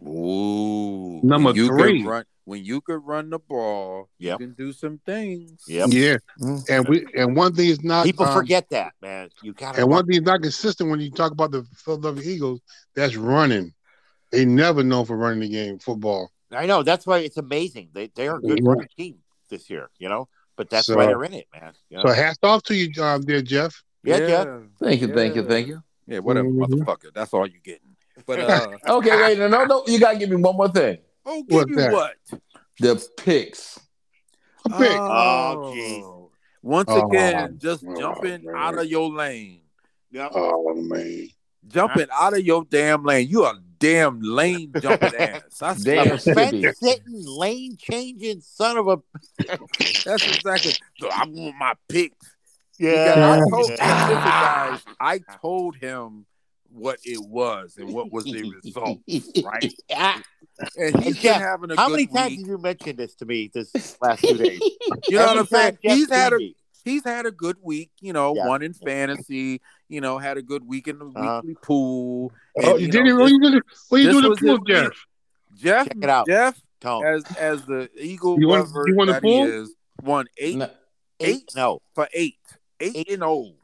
S1: Ooh,
S4: Number
S1: when you
S4: three.
S1: Could run, when you could run the ball,
S3: Yep.
S1: you can do some things.
S3: Yep.
S4: Yeah,
S2: Mhm.
S4: and we and one thing is not
S3: People
S4: um,
S3: forget that, man. You got to.
S4: and one thing is not consistent when you talk about the Philadelphia Eagles. That's running. They never known for running the game football.
S3: I know that's why it's amazing. They they are a good
S4: Right.
S3: team this year, you know. But that's
S4: So-
S3: why they're in it, man. You know?
S4: So hats off to you, um, there, Jeff.
S3: yeah, yeah.
S2: Thank you, thank you,
S1: Yeah.
S2: thank you.
S1: Yeah, whatever,
S4: Mhm.
S1: motherfucker. That's all you getting.
S3: [LAUGHS]
S1: But uh,
S2: Okay, wait, no, no, no, you gotta give me one more thing.
S1: oh, give
S4: What's
S1: you
S4: that?
S1: what?
S2: The picks.
S4: A pick.
S1: Oh,
S3: jeez.
S1: Once
S4: Oh,
S1: again, just
S4: oh,
S1: jumping
S4: man.
S1: out of your lane.
S3: Yep.
S4: Oh man.
S1: Jumping out of your damn lane. You a damn lane
S4: [LAUGHS]
S1: jumping ass. I swear.
S2: Damn
S3: Fence
S2: Mississippi.
S3: sitting, lane changing, son of a
S1: That's exactly. So I want my pick.
S3: yeah.
S1: I told,
S3: [LAUGHS]
S1: guys, I told him what it was and what was the result.
S2: [LAUGHS]
S1: right?
S3: Ah,
S1: And he's
S3: Jeff,
S1: been having a
S3: How
S1: good
S3: many times
S1: week.
S3: did you mention this to me this last
S1: [LAUGHS]
S2: [LAUGHS]
S3: two days?
S1: You know what I'm saying? He's had a
S3: it.
S1: he's had a good week. You know,
S3: Yeah.
S1: one in fantasy. You know, had a good week in the
S3: Uh-huh.
S1: weekly pool.
S4: Oh,
S1: And,
S4: you
S1: you
S4: didn't.
S1: know,
S4: What
S1: this-
S4: you doing? What you
S1: this
S4: doing to
S1: was his
S4: pool,
S1: week.
S4: Jeff?
S1: Jeff,
S3: Check it out. Oh.
S1: Jeff,
S3: Tone.
S1: as as the Eagle
S4: You want-
S1: lover
S4: you want a
S1: that
S4: pool?
S1: he is, won eight
S2: No,
S3: Eight? No,
S1: for eight, eight,
S3: Eight.
S1: and oh.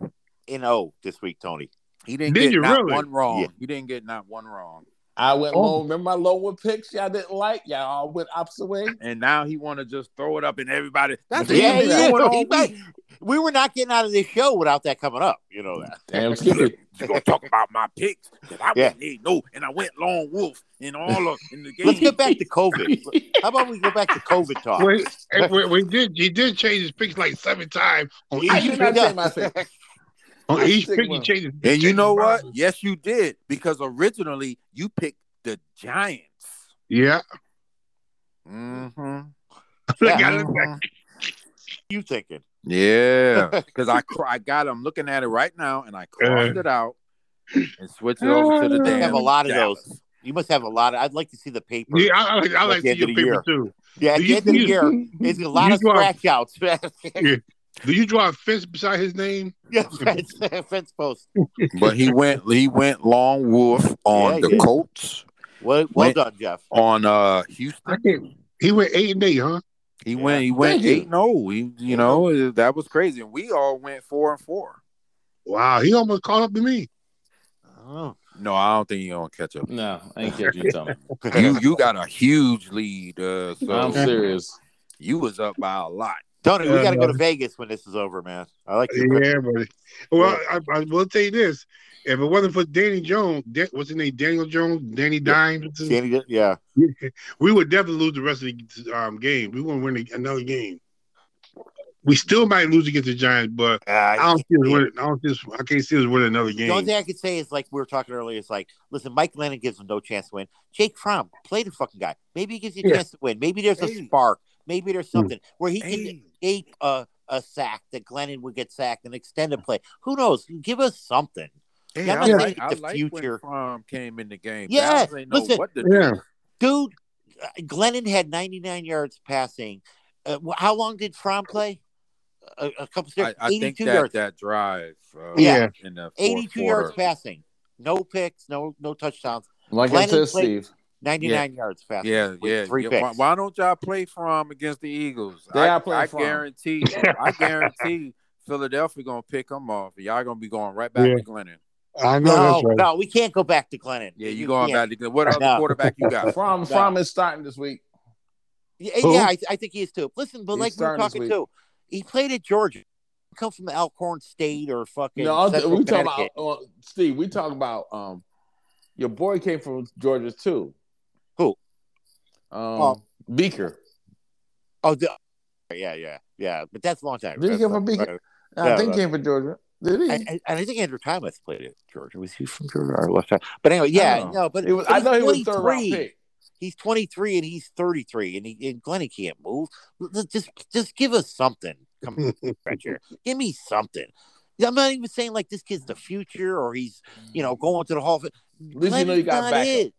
S3: in O this week, Tony.
S1: He didn't
S4: Did
S1: get
S4: you
S1: not
S4: really?
S1: one wrong.
S3: Yeah.
S1: He didn't get not one wrong.
S2: I went
S4: Oh.
S2: low. Remember my low with picks? Y'all didn't like. Y'all all went opposite way.
S1: And now he want to just throw it up and everybody. That's
S3: Yeah,
S1: what he's
S3: yeah.
S1: doing
S3: [LAUGHS]
S1: all
S3: He might-
S1: week.
S3: We were not getting out of this show without that coming up. You know that.
S2: [LAUGHS] Damn Skippy.
S1: You're gonna talk about my picks because I
S3: Yeah.
S1: went eight no, and I went long wolf and all of in the game.
S3: Let's get back to COVID.
S4: [LAUGHS]
S3: How about we go back to COVID talk?
S4: Well, he- well, he did. He did change his picks like seven times on
S2: I
S4: each.
S2: did not take my [LAUGHS] pick.
S4: On
S2: I
S4: each
S2: stick
S4: pick, he
S2: one.
S4: changed. his-
S1: And you
S4: changed
S1: know
S4: his
S1: what?
S4: mind.
S1: Yes, you did because originally you picked the Giants.
S4: Yeah. [LAUGHS]
S1: Mm-hmm.
S4: Look at it.
S1: Mhm.
S3: you thinking?
S1: Yeah, because I cr- I got I'm looking at it right now, and I crossed it out and switched it over to the
S4: Uh,
S1: damn.
S3: I [LAUGHS] have a lot of
S1: Dallas.
S3: those. You must have a lot. Of, I'd like to see the paper.
S4: Yeah, I, I like, I
S3: At the
S4: like to
S3: end
S4: see your
S3: of the
S4: paper too.
S3: Yeah, at
S4: Do
S3: the
S4: you-
S3: end of the year, it's a lot
S4: you
S3: of
S4: go out-
S3: scratch outs.
S4: [LAUGHS]
S3: [LAUGHS]
S4: Do you draw a fence beside his name?
S3: yeah, [LAUGHS] fence, fence post.
S1: But he went he went long wolf on
S3: Yeah, he
S1: the
S3: did.
S1: Colts,
S3: Well, well
S1: Went-
S3: done, Jeff.
S1: on uh
S4: I
S1: Houston.
S4: can't. He went eight and eight, huh?
S1: He
S3: Yeah.
S1: went he went
S2: Thank you.
S1: eight and oh. He, you know it- that was crazy, and we all went four and four.
S4: Wow, he almost caught up
S3: [LAUGHS]
S4: to me.
S3: Oh.
S1: No, I don't think you're gonna catch up.
S2: No, I ain't catching you, Tony.
S1: You you got a huge lead, uh, so
S2: I'm serious.
S1: you was up by a lot.
S3: Tony, we got to go to
S4: Uh,
S3: Vegas when this is over, man. I like you.
S4: Yeah, buddy. Well, I, I will tell you this: if it wasn't for Danny Jones, Dan, what's his name? Daniel Jones, Danny Dimes.
S3: Danny, yeah.
S4: [LAUGHS] we would definitely lose the rest of the um, game. We wouldn't win another game. We still might lose against the Giants, but I
S3: Uh,
S4: don't see us winning. I don't see us, I can't see us winning another
S3: the only
S4: game.
S3: thing I could say is like we were talking earlier. It's like, listen, Mike Lennon gives him no chance to win. Jake Fromm, play the fucking guy. Maybe he gives you a
S4: Yeah.
S3: chance to win. Maybe there's a
S1: Hey.
S3: spark. Maybe there's
S4: Hmm.
S3: something where he can
S1: Hey,
S3: escape a, a sack that Glennon would get sacked and extend a play. Who knows? Give us something.
S1: hey,
S3: Yeah,
S1: I
S3: I'm not
S1: like,
S3: saying
S1: I
S3: the
S1: like
S3: future.
S1: when Prom came in the game.
S3: Yeah,
S1: Dallas ain't know
S3: listen.
S1: what to do.
S4: Yeah,
S3: Dude, uh, Glennon had 99 yards passing. Uh, wh- how long did Fromm play? A, a couple
S1: I,
S3: seconds.
S1: I
S3: 82
S1: think that
S3: yards.
S1: that drive, uh,
S4: Yeah.
S1: in the fourth
S3: 82
S1: quarter.
S3: yards passing. No picks, no no touchdowns.
S2: Like I
S3: Glennon
S2: said,
S3: played-
S2: Steve,
S3: 99 yards passing.
S1: Yeah,
S3: with
S1: yeah.
S3: Three
S1: yeah. Why,
S3: picks.
S1: why don't y'all play from against the Eagles?
S2: They
S1: I,
S2: are playing
S1: I
S2: from.
S1: guarantee. I guarantee Philadelphia gonna pick them off. Y'all gonna be going right back
S4: Yeah.
S1: to Glennon.
S4: I know
S3: No,
S4: that's right.
S3: no, we can't go back to Glennon.
S1: Yeah, you going
S3: can't.
S1: back to Glennon. What other
S3: No.
S1: quarterback you
S3: [LAUGHS]
S1: got?
S2: from from is starting this week.
S3: Yeah,
S4: Who?
S3: yeah I, I think he is too. Listen, but
S2: He's
S3: like we were
S2: starting this
S3: talking
S2: week.
S3: too, he played at Georgia. He Come from Alcorn State or fucking.
S2: no, I'm-
S3: Central
S2: we talking about
S3: Connecticut.
S2: uh, Steve. We talking about um, your boy came from Georgia too.
S3: Who?
S2: Um,
S3: Oh.
S2: Beaker.
S3: Oh, the, yeah, yeah, yeah. But that's a long time.
S2: Did he
S3: That's
S2: come
S3: like-
S2: from Beaker?
S3: Yeah,
S2: I think
S3: right.
S2: he came from Georgia. Did he?
S3: I, I, and I think Andrew Thomas played at Georgia. Was he from Georgia or left? side? But anyway, yeah,
S2: don't know.
S3: no. But
S2: He was-
S3: but
S2: I know he
S3: he's
S2: was third round
S3: 23.
S2: pick.
S3: He's 23 and he's 33, and he and Glennon can't move. L- l- Just just give us something. Come on,
S2: [LAUGHS]
S3: Fletcher. give me something. I'm not even saying like this kid's the future or he's you know going to the Hall of Fame.
S2: At least you know you
S3: Glennon's
S2: got
S3: not
S2: backup.
S3: it.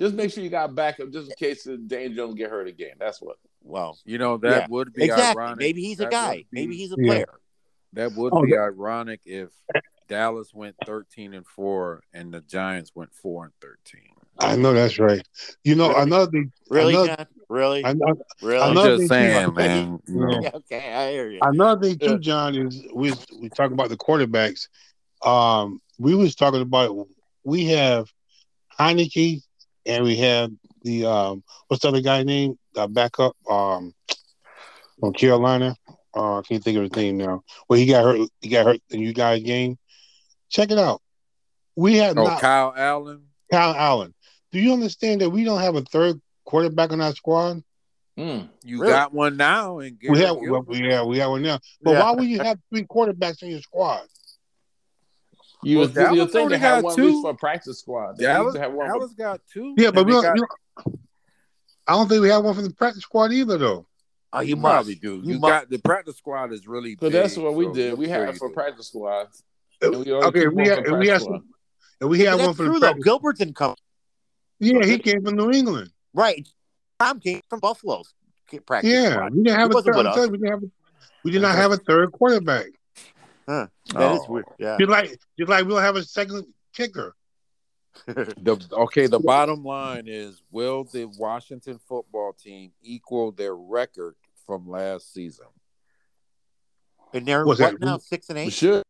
S2: Just make sure you got backup, just in case Dan Jones get hurt again. That's what.
S3: Well,
S1: You know that
S3: Yeah,
S1: would be
S3: exactly.
S1: ironic.
S3: Maybe he's a
S1: That
S3: guy.
S1: would be-
S3: Maybe he's a
S4: Yeah.
S3: player.
S1: That would
S4: Oh,
S1: be
S4: that-
S1: ironic if Dallas went thirteen and four and the Giants went four and thirteen.
S4: I know that's right. You know,
S3: Really?
S4: another thing,
S3: Really,
S4: Another-
S3: John? Really?
S4: another,
S3: really?
S4: I'm
S1: I'm
S4: not
S1: just
S4: thinking
S1: saying,
S4: about
S1: man. you know.
S4: Yeah.
S3: [LAUGHS] okay, I hear you.
S4: another thing
S3: Yeah.
S4: too, John, is we we talk about the quarterbacks. Um, we was talking about we have Heineke and we have the um, what's the other guy named uh, backup um from Carolina. Uh, I can't think of his name now. Well, he got hurt. He got hurt in you guys game. Check it out. We have
S1: Oh,
S4: not
S1: Kyle Allen.
S4: Kyle Allen. Do you understand that we don't have a third quarterback on our squad?
S2: Mm.
S1: You
S3: Really?
S1: got one now, and
S4: We have,
S1: Garrett Gilbert.
S4: yeah, we have one now. But
S3: Yeah.
S4: why would you have three quarterbacks on your squad?
S2: You
S1: Well,
S2: would
S1: Dallas
S2: you would think
S1: only
S2: they have
S1: got
S2: one
S1: two.
S2: at least for a practice squad. They used
S1: Dallas,
S2: to have one.
S1: Dallas got two.
S4: Yeah, but
S1: and
S4: we
S1: they
S4: don't,
S1: got-
S4: we don't- I don't think we have one for the practice squad either, though.
S3: Oh, you
S1: you
S3: must.
S1: probably do.
S3: You
S1: You,
S3: must.
S1: got the practice squad is really.
S2: so that's
S1: big,
S2: what we
S1: so
S2: did. We
S1: it's
S2: had
S1: crazy.
S2: for practice squad.
S4: Uh,
S2: And we only
S4: Okay,
S2: keep
S4: we
S2: one
S4: have
S2: for
S4: we
S2: practice
S4: have
S2: squad.
S4: some, and we have
S3: That's
S4: one for
S3: true,
S4: the
S3: though.
S4: practice.
S3: Gilbert didn't come.
S4: Yeah, he came from New England.
S3: Right. Tom came from Buffalo's practice
S4: Yeah,
S3: squad.
S4: we didn't have
S3: He
S4: a
S3: wasn't
S4: third.
S3: with
S4: I'm
S3: us.
S4: telling you, We didn't have. A, we did not have a third quarterback.
S3: That is
S1: Oh.
S3: weird. Yeah.
S4: You're like you're like we don't have a second kicker.
S1: The, okay, the bottom line is: Will the Washington football team equal their record from last season?
S3: And they're
S4: What's
S3: what
S4: that?
S3: now? Six and
S2: We
S3: eight.
S2: should.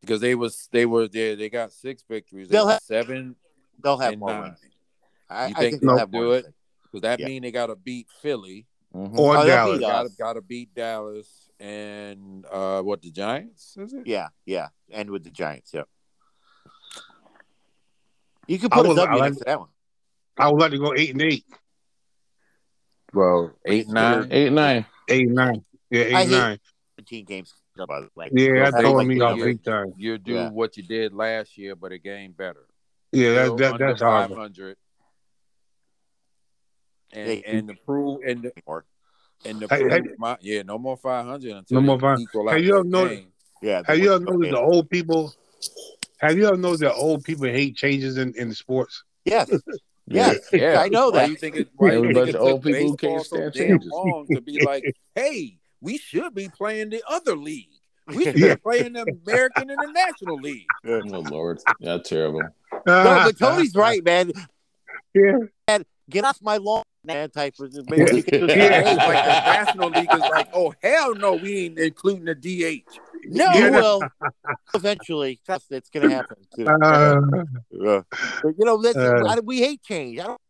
S1: Because they was they were there. They got six victories. They
S3: They'll
S1: got
S3: have-
S1: seven
S3: They'll have
S1: and
S3: more
S1: nine.
S3: wins. I,
S1: You think
S3: I think
S1: they
S3: they'll
S1: can
S3: have
S1: do
S3: more.
S1: it?
S3: wins.
S1: Because that
S3: Yeah.
S1: mean they got to beat Philly.
S4: Or
S3: Oh, they'll beat
S4: Dallas.
S3: us.
S1: Got got to beat Dallas and uh, what the Giants? Is it?
S3: Yeah, yeah. And with the Giants, yeah. You could
S4: I
S3: put a
S4: would-
S3: W
S4: I like-
S3: next to that one.
S4: I would like to go eight and eight,
S1: Well, eight nine.
S2: Eight nine.
S4: eight and nine. Yeah, eight
S3: I
S4: and
S3: hate-
S4: nine.
S3: Seventeen games. By the way.
S4: Yeah, that
S1: Hey,
S4: throwing
S1: like
S4: me
S1: the
S4: off
S1: year-
S4: big time.
S1: You do
S3: Yeah.
S1: what you did last year, but a game better.
S4: Yeah, that,
S1: Still
S4: that
S1: under
S4: that's
S1: five
S4: horrible.
S1: hundred. And
S3: Hey.
S1: and the prove and the,
S3: anymore.
S1: and the
S4: Hey,
S1: prove
S4: hey.
S1: my, yeah, no more five hundred
S4: No
S1: until
S4: more
S1: no
S4: five-
S1: equal
S4: Hey,
S1: out
S4: you
S1: that
S4: don't know-
S1: game.
S3: Yeah. the
S4: Have you ever
S3: Wizards
S4: noticed
S3: game.
S4: the old people? Have you ever noticed that old people hate changes in in sports? [LAUGHS]
S3: Yes. Yes.
S1: Yeah,
S3: I know
S1: Why
S3: that.
S1: you think
S2: [LAUGHS]
S1: it? Why
S2: There was
S1: you
S2: a
S1: think
S2: bunch
S1: it
S2: of
S1: took
S2: old people
S1: baseball
S2: who can't
S1: so
S2: stand
S1: damn
S2: [LAUGHS] changes.
S1: long to be like, hey, we should be playing the other league. We should
S4: Yeah.
S1: be playing the American and the National League.
S2: Oh Lord, yeah, terrible.
S3: No,
S4: Ah,
S3: but Tony's right, man.
S4: Yeah.
S3: Get off my lawn, man. Type
S2: [LAUGHS]
S3: of
S4: Yeah.
S3: maybe you can just-
S4: Yeah.
S1: Hey, like the National League is like, oh hell no, we ain't including the DH.
S3: No,
S4: Yeah, that-
S3: well, eventually, trust it's going to happen. Too.
S4: Uh,
S3: Yeah. But, you know, that's,
S4: Uh.
S3: I, we hate change. I don't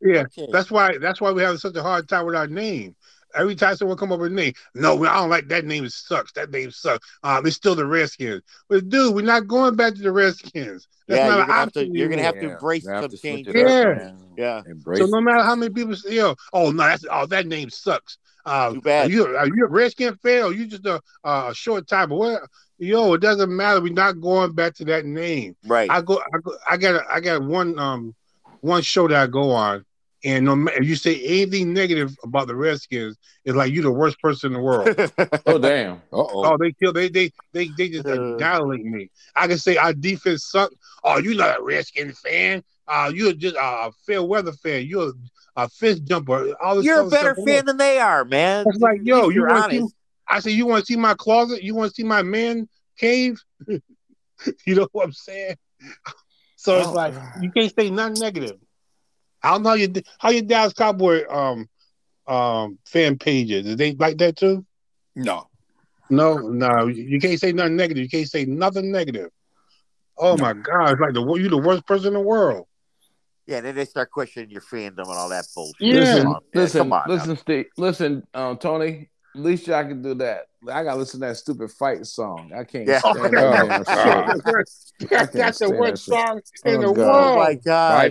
S4: yeah,
S3: hate change.
S4: that's why. That's why we have such a hard time with our name. Every time someone come up with a name, no, we- I don't like that name. It sucks. That name sucks. Um, it's still the Redskins. But dude, we're not going back to the Redskins. That's
S3: yeah,
S4: not
S3: you're
S4: an
S3: gonna have to.
S4: option
S3: You're gonna have to
S1: Yeah,
S3: embrace
S1: you have
S3: some
S1: to switch
S3: change.
S1: it up,
S4: Yeah.
S1: man.
S3: Yeah.
S1: Embrace
S4: So no matter how many people say, "Oh, oh no, that's oh that name sucks." Uh,
S3: Too bad.
S4: Are you are you a Redskin fan or you just a a short time? What? Yo, it doesn't matter. We're not going back to that name.
S3: Right. [LAUGHS]
S4: I go. I, go, I got. a- I got one. Um, one show that I go on, and no matter if you say anything negative about the Redskins, it's like you're the worst person in the
S3: [LAUGHS]
S4: world.
S2: Oh damn.
S1: Uh oh.
S4: oh, they kill. They they they they just
S3: Uh.
S4: annihilate me. I can say our defense sucked. Oh, you're not a Redskin fan. Uh, you're just a fair weather fan. You're a, a fist jumper. All this
S3: you're a
S4: other
S3: better
S4: stuff.
S3: fan than they are, man.
S4: That's like,
S3: At
S4: yo,
S3: least
S4: you
S3: you're
S4: want to-
S3: honest.
S4: I say, you want to see my closet? You want to see my man cave? [LAUGHS] you know what I'm saying? So it's
S1: Oh,
S4: like
S1: God.
S4: you can't say nothing negative. I don't know how you how your Dallas Cowboy um um fan pages. Is they like that too?
S1: No.
S4: No, no, you can't say nothing negative. You can't say nothing negative. Oh
S1: No.
S4: my God, it's like the you the worst person in
S1: [LAUGHS]
S4: the world.
S3: Yeah, then they start questioning your fandom and all that bullshit.
S4: Yeah.
S2: Listen,
S3: Come on, man.
S2: listen,
S3: Come on now.
S2: listen, Steve. Listen, um, Tony. At least y'all can do that. I gotta listen to that stupid fight song. I can't
S3: Yeah. [LAUGHS]
S2: stand that damn shit.
S4: That's the worst- that's the
S2: stand
S4: worst
S2: that
S4: song in
S2: Oh,
S4: the
S2: God.
S3: Oh
S4: world.
S3: my god!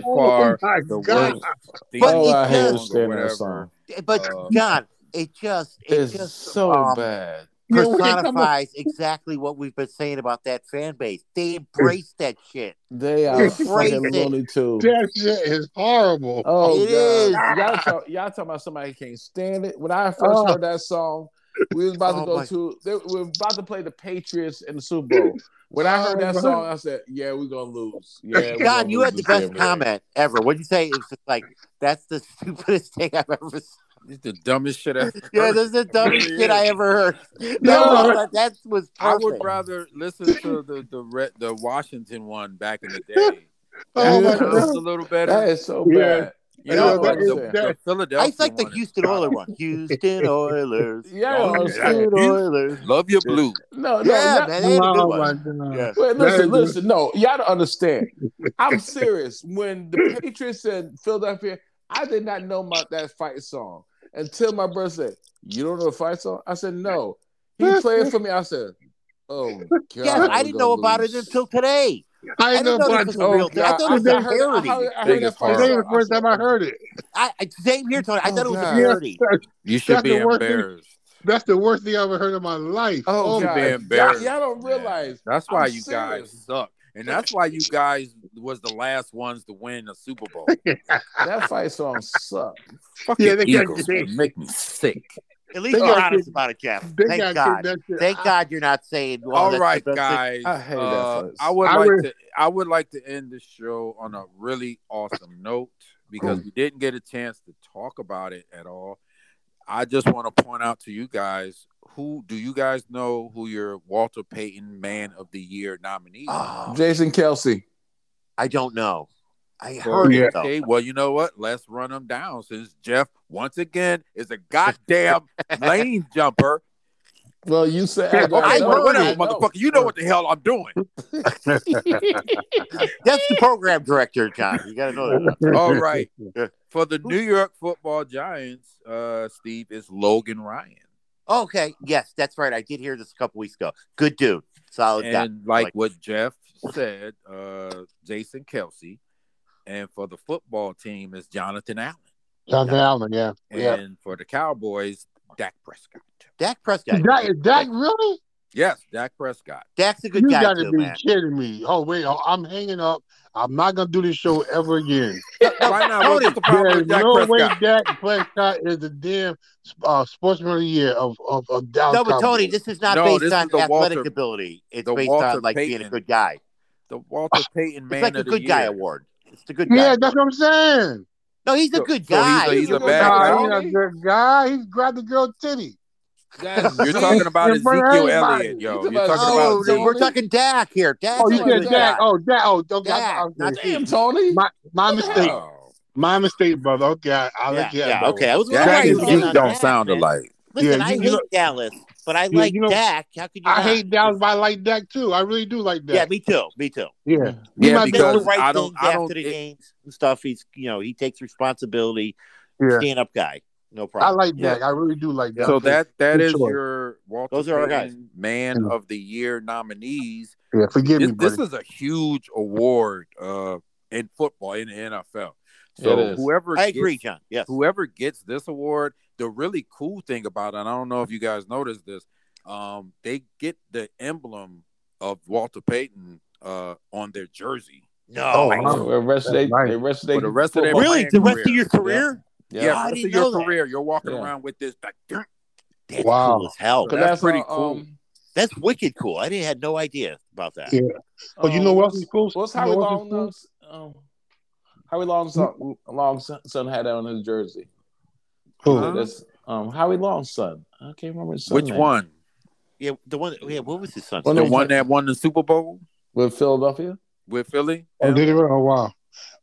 S1: By far,
S4: oh my
S1: the
S4: God.
S1: worst. theme
S3: But
S2: oh,
S3: it
S2: I hate to
S3: does-
S1: song or
S2: stand that
S1: whatever.
S2: song.
S3: But
S1: Uh,
S3: John, it just it
S2: It's
S3: just
S2: so
S3: um,
S2: bad.
S4: Yeah, when they come up-
S3: personifies exactly what we've been saying about that fan base. They embrace that shit.
S2: They are
S4: Embrace
S2: fucking
S3: it.
S2: Looney Tunes.
S4: [LAUGHS] That shit is horrible.
S2: Oh,
S3: It
S2: God.
S3: is. Ah.
S2: Y'all, talk, y'all talking about somebody who can't stand it. When I first
S4: Oh.
S2: heard that song, we was about
S3: Oh,
S2: to go
S3: my-
S2: to they, we were about to play the Patriots in the Super Bowl. When I heard that
S4: Oh, my.
S2: song, I said, "Yeah, we're gonna lose." Yeah, we
S3: God,
S2: gonna
S3: you
S2: lose
S3: had the
S2: this
S3: best
S2: damn game.
S3: comment ever. What'd you say? It was just like that's the [LAUGHS] stupidest thing I've ever seen.
S1: it's the dumbest shit I've
S3: Yeah,
S1: heard.
S3: this is
S1: [LAUGHS]
S3: the dumbest
S1: It
S3: shit I
S1: is.
S3: ever heard. That
S4: No.
S3: was, that was
S1: I would
S2: [LAUGHS]
S3: perfect.
S1: rather listen to the the re- the Washington one back in the day
S4: Oh my
S2: Yeah.
S1: Just a
S4: god.
S1: little better.
S2: That is so
S4: Yeah.
S2: bad.
S1: you know,
S4: that
S1: the,
S4: is-
S1: the
S4: that-
S1: Philadelphia.
S3: I like the
S1: one is-
S3: Houston Oilers
S1: [LAUGHS]
S3: one. Houston Oilers.
S2: Yeah,
S1: Oh, [LAUGHS]
S2: I'm
S1: yeah.
S2: saying-
S3: Houston
S1: You-
S3: Oilers.
S1: Love your blue.
S2: no, no,
S3: Yeah,
S2: not-
S3: man, they had a good
S4: Oh my
S3: one.
S4: god.
S3: Yeah.
S2: Wait,
S4: That is
S2: listen,
S4: good.
S2: listen. No, y'all don't understand. I'm serious. When the Patriots and Philadelphia, I did not know my that fight song until my brother said, "You don't know the fight song?" I said, "No." He played it for me. I said, "oh god."
S3: Yes, I
S2: we're
S3: didn't
S2: gonna
S3: know about
S2: lose."
S3: it until today.
S4: I
S3: I
S4: didn't know
S3: didn't know
S4: about
S3: this was
S4: it.
S3: a
S2: Oh,
S3: real thing. I
S2: God.
S3: thought it was
S2: I-
S3: a
S2: I heard- I
S3: parody.
S2: heard- I heard
S1: Biggest
S2: that fight
S1: horror.
S4: Today was
S2: song.
S4: the first time I heard it.
S3: I, I same here, Tony. I
S2: Oh,
S3: thought it was
S2: God.
S3: a parody.
S1: You should
S4: That's
S1: be
S4: the worst thing.
S1: embarrassed.
S4: [LAUGHS] That's the worst thing I ever heard in my life.
S2: Oh,
S1: You should be
S2: God.
S1: embarrassed.
S2: Y'all- y'all don't
S1: man.
S2: realize.
S1: That's why
S2: I'm
S1: you guys
S2: serious.
S1: suck, and that's why you guys was the last ones to win a Super Bowl.
S2: That fight song sucked.
S1: Fucking
S4: Yeah, they got-
S1: Eagles man, make me sick.
S3: At least
S4: They
S3: you're
S4: got
S3: honest
S4: kid-
S3: about it, Jeff.
S4: They
S3: Thank
S4: gotta
S3: God.
S4: get that shit
S3: Thank
S4: out.
S3: God you're not saying. Well,
S1: All
S3: that's
S1: right,
S3: the best
S1: guys.
S3: thing.
S2: I hate that
S1: Uh,
S2: first.
S1: I would
S4: I
S1: like
S4: would-
S1: to. I would like to end the show on a really awesome note because we didn't get a chance to talk about it at all. I just want to point out to you guys who do you guys know who your Walter Payton Man of the Year nominee? is?
S3: Oh,
S2: Jason Kelsey.
S3: I don't know. I
S1: Or-
S3: heard it though.
S1: Okay, well, you know what? Let's run them down since Jeff once again is a goddamn
S3: [LAUGHS]
S1: lane jumper.
S2: Well, you said
S4: Yeah,
S2: I got
S3: I
S1: Okay,
S2: that.
S3: heard
S1: whatever,
S3: it.
S1: motherfucker. You know what the hell I'm doing.
S3: That's the program director, John. You got to know
S4: [LAUGHS]
S3: that.
S4: Oh,
S1: All right. For the New York Football Giants, uh, Steve is Logan Ryan,
S3: Okay. Yes, that's right. I did hear this a couple weeks ago. Good dude. Solid guy.
S1: and like what Jeff said, uh, Jason Kelsey, and for the football team is Jonathan Allen,
S4: Jonathan Allen, yeah.
S1: and
S4: Yeah.
S1: for the Cowboys, Dak Prescott.
S3: Dak Prescott.
S4: Is that, is that really?
S1: Yes, Dak
S3: [LAUGHS]
S1: Prescott.
S3: Dak's a good
S4: you
S3: guy
S4: gotta
S3: too,
S4: be
S3: man.
S4: kidding me. Oh, wait, oh, I'm hanging up. I'm not gonna do this show
S3: [LAUGHS]
S4: ever again.
S1: Why not? What's the problem
S4: There's
S1: with Dak
S4: no way
S1: Prescott?
S4: Dak Prescott is the damn uh, sportsman of the year of of, of Dallas
S3: No, but
S4: Cowboys.
S3: Tony, this is not
S1: No,
S3: based
S1: this
S3: on
S1: is the
S3: athletic
S1: Walter-
S3: ability. It's
S1: the
S3: based
S1: Walter
S3: on like being a
S1: Payton
S3: good guy.
S1: The
S3: [LAUGHS]
S1: Walter Payton Man
S3: it's like a
S1: of the
S3: good
S1: Year.
S3: guy award. It's the good guy.
S4: yeah, that's what I'm saying.
S3: no, he's a
S1: So-
S3: good
S1: so he's
S3: guy.
S1: a- he's
S3: You're
S1: a
S3: going
S1: bad
S3: back
S1: guy.
S3: to
S4: Nah, he's
S3: all-
S4: a good guy. He grabbed the girl titty.
S2: That's
S1: You're
S2: Zeke.
S1: talking about
S4: In front of
S1: Ezekiel
S4: everybody.
S1: Elliott, yo.
S2: You
S1: You're
S2: talking
S1: talking
S2: about
S1: about
S3: Oh, no,
S1: Zeke.
S2: Zeke.
S3: we're talking Dak here. Dak's
S4: Oh,
S2: That's
S4: you
S3: a
S2: what
S4: said
S3: good
S2: I'm
S4: Dak.
S3: guy.
S4: Oh, Dak. Oh, okay.
S3: Dak.
S4: I'm- I'm-
S3: Not
S2: Damn, Tony.
S4: my my mistake.
S1: Oh,
S2: Wow.
S4: My mistake, brother. Okay, I, I'll
S3: Yeah,
S4: let you have
S3: yeah,
S4: that
S3: okay. I was all
S1: Dak
S3: right.
S1: and
S3: with you
S1: Zeke
S3: on
S1: don't
S3: Dak,
S1: sound
S3: man.
S1: alike.
S3: Listen,
S4: Yeah,
S3: I
S4: you- you
S3: hate
S4: know-
S3: Dallas, but I
S4: Yeah,
S3: like
S4: you know-
S3: Dak. How could you
S4: one. I
S3: not?
S4: hate Dallas, but I like Dak too. I really do like
S3: Yeah,
S4: Dak.
S3: me too. Me too.
S4: Yeah, He
S1: Yeah,
S4: might be
S3: Does the
S1: because
S3: right
S1: I
S3: things
S1: don't, I
S3: after
S1: don't.
S3: the
S1: It,
S3: games and stuff. He's you know he takes responsibility.
S4: yeah.
S3: Stand up guy. No
S4: I
S3: problem.
S4: like
S1: Yeah.
S4: Dak. I really do like Dak.
S1: so that that
S4: Good
S1: is
S4: choice.
S1: your Walter
S3: Those are our guys.
S1: Payton Man
S4: Mm.
S1: of the Year nominees.
S4: yeah, forgive
S1: This,
S4: me, buddy.
S1: this is a huge award uh, in football in the NFL. So
S2: It is.
S1: whoever
S3: I agree,
S1: gets-
S3: John. Yes.
S1: whoever gets this award, the really cool thing about it, and I don't know if you guys noticed this, um, they get the emblem of Walter Payton uh, on their jersey
S3: No.
S4: Oh,
S2: So the rest of they,
S4: Right.
S2: the rest of they
S1: for the rest of their
S3: Really?
S1: playing
S3: The rest of your career?
S1: Yeah,
S2: Yeah.
S1: yeah
S3: I
S1: rest
S3: didn't
S1: of your
S3: know that.
S1: career, you're walking
S2: Yeah.
S1: around with this. Like, "Dun."
S3: That's
S4: Wow.
S3: cool as hell.
S1: That's
S2: That's, um,
S1: pretty
S2: pretty
S1: cool.
S2: cool.
S3: That's wicked cool. I didn't had no idea about that.
S4: Yeah. But Oh, you know
S1: Oh,
S4: what else is cool?
S2: um, What's
S4: You know
S2: Howie
S4: what else is
S2: Long?
S4: cool?
S2: Um, Howie Long's son, Long's son- son had that on his jersey.
S4: Cool.
S1: Huh?
S2: That's um, Howie Long's son. I can't remember his son
S1: Which
S2: name.
S1: one?
S3: Yeah, the one. Yeah, what was his son's
S2: Well,
S1: The
S2: no,
S3: name?
S1: one that won the Super Bowl
S2: with Philadelphia?
S1: with Philly?
S4: Oh, did it? Oh, wow.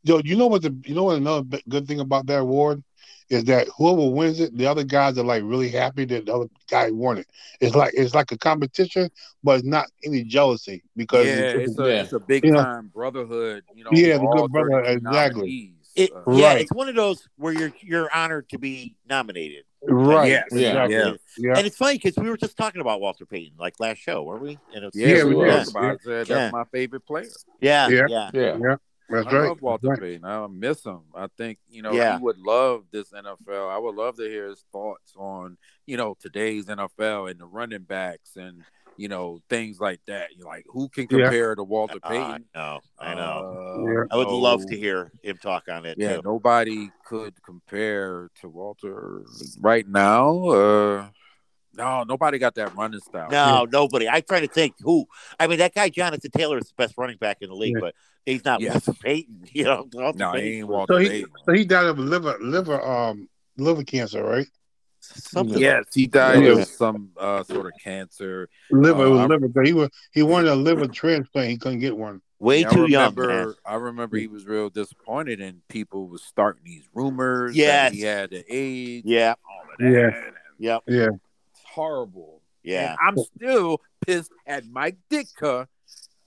S4: Yo, you know what? The you know what? Another b- good thing about that award is that whoever wins it, the other guys are like really happy that the other guy won it. It's like it's like a competition, but it's not any jealousy
S1: Yeah,
S4: because it's,
S1: it's a
S2: Yeah.
S1: it's a big
S4: Yeah.
S1: time brotherhood. You know,
S4: Yeah,
S1: for
S4: the good
S1: all
S4: brother,
S1: 32
S4: exactly.
S1: nominees.
S3: It,
S1: Uh,
S3: Yeah,
S4: Right.
S3: it's one of those where you're you're honored to be nominated.
S4: right.
S1: Yes.
S2: Yeah.
S4: Exactly.
S1: Yeah.
S4: Yeah.
S3: And it's funny because we were just talking about Walter Payton like last show, weren't we? And it's,
S1: Yeah,
S4: Yeah,
S1: we
S2: we
S1: talked
S2: was.
S1: about it. Said That's
S3: Yeah.
S1: my favorite player.
S3: yeah,
S4: Yeah.
S3: yeah,
S2: Yeah.
S4: That's
S1: I
S4: right.
S1: love Walter
S4: Right.
S1: Payton. I miss him. I think you know
S3: Yeah.
S1: he would love this NFL. I would love to hear his thoughts on you know today's NFL and the running backs and you know things like that. You like who can
S4: Yeah.
S1: compare to Walter
S3: I
S1: Payton?
S3: know, I know.
S1: Uh,
S4: Yeah.
S3: I would
S1: no-
S3: love to hear him talk on it
S1: Yeah,
S3: too.
S1: nobody could compare to Walter right now. Uh, no, nobody got that running style.
S3: No, nobody. I try to think who. I mean, that guy Jonathan Taylor is the best running back in the league,
S4: Yeah.
S3: but he's not
S1: Yes.
S3: Walter Payton. [LAUGHS] You know, Walter
S1: no, he
S3: Payton
S1: ain't
S3: was
S1: Walter
S4: So he
S1: Payton.
S4: so he died of liver liver um liver cancer, right?
S3: something.
S1: Yes, he died
S4: Yeah.
S1: of some uh, sort of cancer.
S4: Liver it
S1: Uh,
S4: was
S1: I-
S4: liver. But he was he wanted a liver transplant. He couldn't get one.
S3: Way
S1: Yeah, I
S3: too
S1: remember,
S3: young. man.
S1: I remember he was real disappointed, and people was starting these rumors.
S3: Yes.
S1: that he had the AIDS.
S3: Yeah.
S1: all of that.
S4: Yeah.
S3: Yep.
S1: It's horrible.
S3: Yeah.
S1: And I'm still pissed at Mike Ditka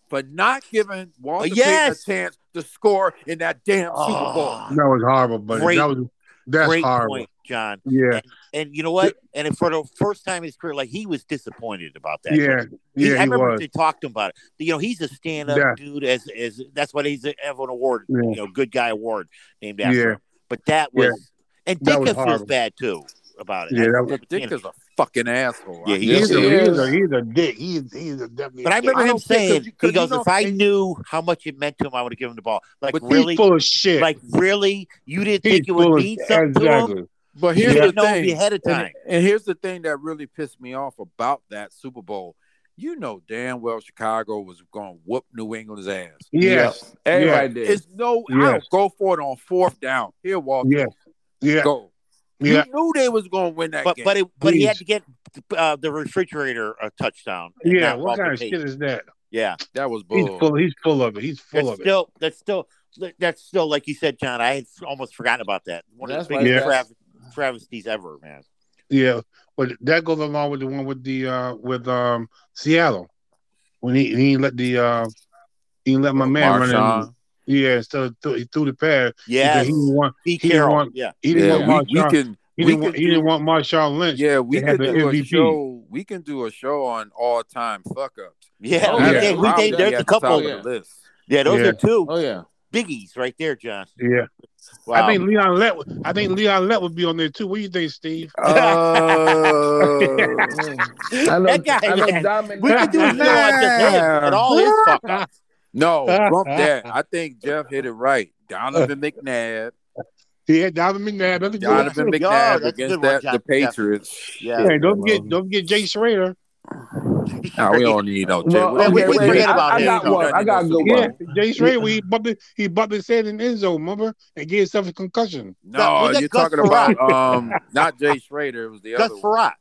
S1: for not giving Walter
S3: Oh, yes.
S1: Payton a chance to score in that damn Super Bowl.
S3: Oh,
S4: That was horrible, but
S3: Great-
S4: that was that's
S3: great
S4: horrible.
S3: point, John.
S4: Yeah,
S3: And you know what? And for the first time in his career, like he was disappointed about that. He-
S4: yeah,
S3: I
S4: yeah. He
S3: remember
S4: was.
S3: they talked to him about it. You know, he's a stand-up
S4: Yeah.
S3: dude. As as that's why he's an have an award,
S4: Yeah.
S3: you know, good guy award named after
S4: Yeah.
S3: him. But that was
S4: Yeah.
S3: and
S4: That was
S3: Dicka feels
S4: horrible.
S3: bad too about it.
S4: Yeah, that was-
S3: That's-
S1: Ditka's a fucking asshole.
S3: Yeah, he
S4: He's
S3: is.
S4: a,
S2: He
S4: he's,
S2: is.
S4: a, he's a dick. He's he's a definitely.
S3: but I
S4: a dick.
S3: remember
S1: I
S3: him
S1: don't think- 'cause
S3: saying,
S1: you-
S3: he
S1: 'cause
S3: goes,
S1: you know-
S3: if I knew how much it meant to him, I would have given him the ball. Like,
S1: But
S3: really?
S4: he's full of shit.
S3: Like, really? You didn't
S4: he's
S3: think it would
S4: full of
S3: mean something to him?
S4: exactly.
S1: But
S3: You
S1: here's
S3: didn't
S1: the
S3: know it'd be
S1: thing.
S3: ahead of
S1: And,
S3: time.
S1: and here's the thing that really pissed me off about that Super Bowl. You know damn well Chicago was going to whoop New England's ass.
S4: Yes,
S2: Everybody did.
S1: It's no, I
S4: Yes.
S1: don't go for it on fourth down. Here, Walter,
S4: yeah, yeah,
S1: go.
S4: yeah,
S1: You knew they was going to win that
S3: But
S1: game.
S3: but it, but he
S4: Please.
S3: had to get uh, the refrigerator a touchdown. and
S4: yeah.
S3: not
S4: What
S3: Walter
S4: kind of shit
S3: Payton.
S4: is that?
S3: Yeah,
S1: that was
S4: He's
S1: bull.
S4: full. He's full of it. He's full
S3: that's
S4: of it.
S3: still that's still that's still like you said, John. I had almost forgotten about that. One
S2: That's
S3: of the
S2: why
S3: biggest
S2: that's-
S3: trav- travesties ever, man.
S4: Yeah, but that goes along with the one with the uh with um Seattle when he he let the uh he let my man run in.
S1: Marshawn.
S4: Yeah, instead of th- he threw the pass.
S3: Yeah,
S4: because he didn't want
S3: Pete
S4: he didn't
S3: Carroll.
S4: want-
S3: yeah,
S4: he didn't
S1: Yeah,
S4: want
S1: we, we
S4: Marshawn
S1: can. we
S4: he didn't want,
S1: can
S4: he didn't
S1: do-
S4: want Marshawn Lynch.
S1: Yeah, we
S4: They had
S1: could
S4: the
S1: do a
S4: MVP.
S1: show. We can do a show on all time fuck ups.
S3: yeah.
S2: Oh,
S3: we
S2: yeah.
S3: did- we
S2: Wow,
S3: did-
S2: yeah,
S3: there's a couple.
S2: yeah.
S1: of the list.
S3: Yeah, those
S4: Yeah.
S3: are two
S2: Oh yeah.
S3: biggies right there, John.
S4: Yeah,
S3: Wow.
S4: I think Leon Lett. would- I think Leon Lett would be on there too. What do you think, Steve?
S3: Oh,
S1: Uh,
S2: I know.
S3: [LAUGHS] That guy,
S2: I know.
S3: man.
S2: Dominic.
S3: we [LAUGHS] could do a show on just him and all his fuck ups. [LAUGHS]
S1: no, bump that. I think Jeff hit it right. Donovan
S3: [LAUGHS]
S1: McNabb,
S4: Yeah, Donovan McNabb. That's a good
S1: Donovan
S4: one, too.
S1: McNabb
S3: that's a
S1: against
S3: good one,
S1: that
S3: John.
S1: the
S3: [LAUGHS]
S1: Patriots.
S3: Yeah.
S4: Hey, don't get don't get Jay Schrader.
S1: Nah, we don't need
S3: [LAUGHS]
S1: no.
S2: Well,
S1: Jay-
S3: we-
S2: okay,
S3: we
S2: wait,
S3: forget
S2: I-
S3: about
S2: I,
S3: him.
S2: got one. I got a good
S4: Yeah,
S2: one.
S4: Jay Schrader. We bumped it, he bumped his head in the end zone, remember, and gave himself a concussion.
S3: That-
S1: No,
S3: was that
S1: you're
S3: Gus
S1: talking
S3: Frye?
S1: about um, not Jay Schrader. It was the
S3: [LAUGHS] Gus
S1: other one.
S3: Farrat.